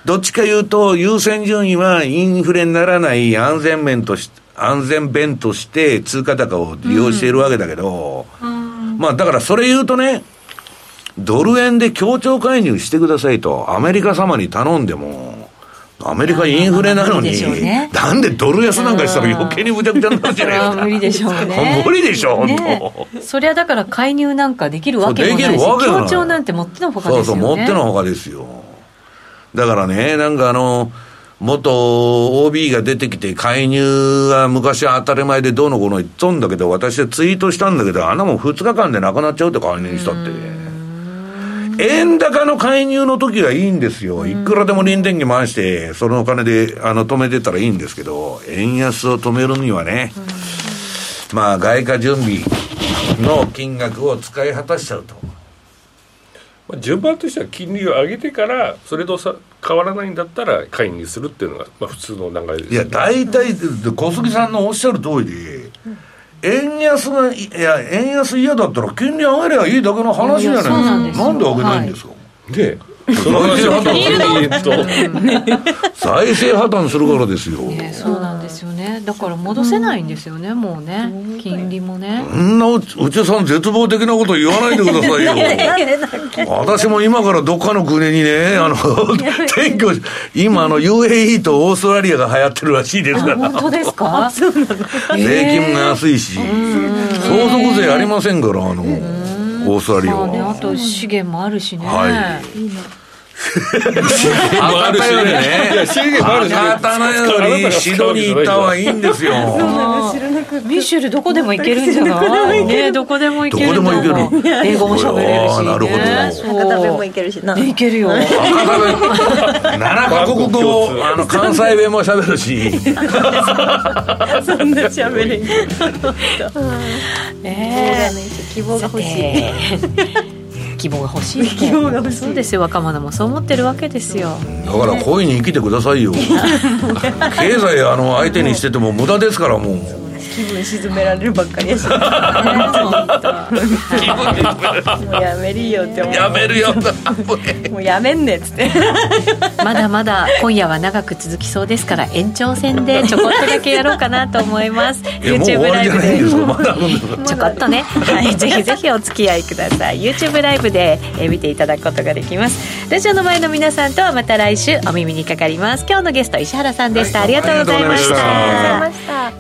Speaker 2: どっちかいうと優先順位はインフレにならない安全面とし安全弁として通貨高を利用しているわけだけど、まあだからそれ言うとねドル円で協調介入してくださいと、アメリカ様に頼んでも、アメリカインフレなのに、
Speaker 1: まあまあまあ無理でしょうね
Speaker 2: なんでドル安なんかしたら余計にむちゃくちゃになるじゃないです
Speaker 1: 無
Speaker 2: か。
Speaker 1: 理でしょうね
Speaker 2: 無理でしょ、
Speaker 1: ね
Speaker 2: 本、
Speaker 1: そりゃだから介入なんかできるわけもない
Speaker 2: そう
Speaker 1: し
Speaker 2: できるわけがない
Speaker 1: 協調なんてもってのほ
Speaker 2: 当。
Speaker 1: かですよ
Speaker 2: そう
Speaker 1: ね
Speaker 2: そう、持ってのほかですよ。だからね、なんかあの、元 OB が出てきて介入は昔は当たり前でどうのこうの言っとんだけど、私はツイートしたんだけど、あんなもん2日間でなくなっちゃうって介入したって。円高の介入の時はいいんですよ。いくらでも臨転機回して、そのお金で、あの、止めてたらいいんですけど、円安を止めるにはね、まあ、外貨準備の金額を使い果たしちゃうと。
Speaker 3: まあ順番としては金利を上げてからそれとさ変わらないんだったら介入するっていうのがまあ普通の流れです、
Speaker 2: い
Speaker 3: ね。
Speaker 2: や、大体、で小杉さんのおっしゃる通りで、円安が、いや、円安嫌だったら金利上げりゃいいだけの話じゃないですか。
Speaker 1: いやそう
Speaker 2: な
Speaker 1: なんん
Speaker 2: で
Speaker 1: ですよ
Speaker 2: 上げないんですか、
Speaker 3: でその話を聞いてると
Speaker 2: 財政破綻するからですよ。
Speaker 1: ねそうなんですよねだから戻せないんですよね、もうね金利もね
Speaker 2: そんなうち内田さん絶望的なこと言わないでくださいよ。私も今からどっかの国にね、あの、転居し、今あの UAE とオーストラリアが流行ってるらしいですから、
Speaker 1: 本当ですかそうなの
Speaker 2: 税金も安いし、相続税ありませんから、あの、オーストラリア
Speaker 1: まあねあ
Speaker 2: は。
Speaker 1: と資源もあるしね、
Speaker 2: はい
Speaker 3: もあるしねいや資源もあるしね
Speaker 2: あなたのようにシドニー行ったはいいんですよ。
Speaker 1: ミッシェルどこでも行けるんじゃない ねどこでも行ける
Speaker 2: どこでも行ける
Speaker 1: と思う英語も喋れるし、
Speaker 2: あー
Speaker 1: ね、
Speaker 2: なるほど
Speaker 1: そう
Speaker 6: 博多弁もいけるしな
Speaker 1: ね行けるよ
Speaker 2: 赤だめ7カ国語、あの、関西弁も喋るし。
Speaker 6: そんな喋れん
Speaker 1: ね希望が欲しい 希望が欲しい 希望が欲しいそうですよ若者もそう思ってるわけですよ
Speaker 2: だから恋に生きてくださいよ経済あの相手にしてても無駄ですからもう
Speaker 6: 気分沈められるばっかりやし もうやめるよって思
Speaker 2: やめるよ
Speaker 6: うもうやめんねっつって
Speaker 1: まだまだ今夜は長く続きそうですから延長戦でちょこっとだけやろうかなと思います
Speaker 2: えもう終
Speaker 1: YouTube
Speaker 2: わ
Speaker 1: ラ
Speaker 2: り
Speaker 1: イ
Speaker 2: じゃ
Speaker 1: ブ
Speaker 2: ないんですか
Speaker 1: で
Speaker 2: まだあるんです
Speaker 1: ちょこっとね、はい、ぜひぜひお付き合いください YouTube ライブでえー見ていただくことができますラジオの前の皆さんとはまた来週お耳にかかります今日のゲスト石原さんでした、ありがとうございました
Speaker 2: あ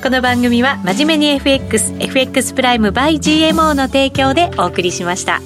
Speaker 1: この番組は真面目に FXFX プライム by GMO の提供でお送りしました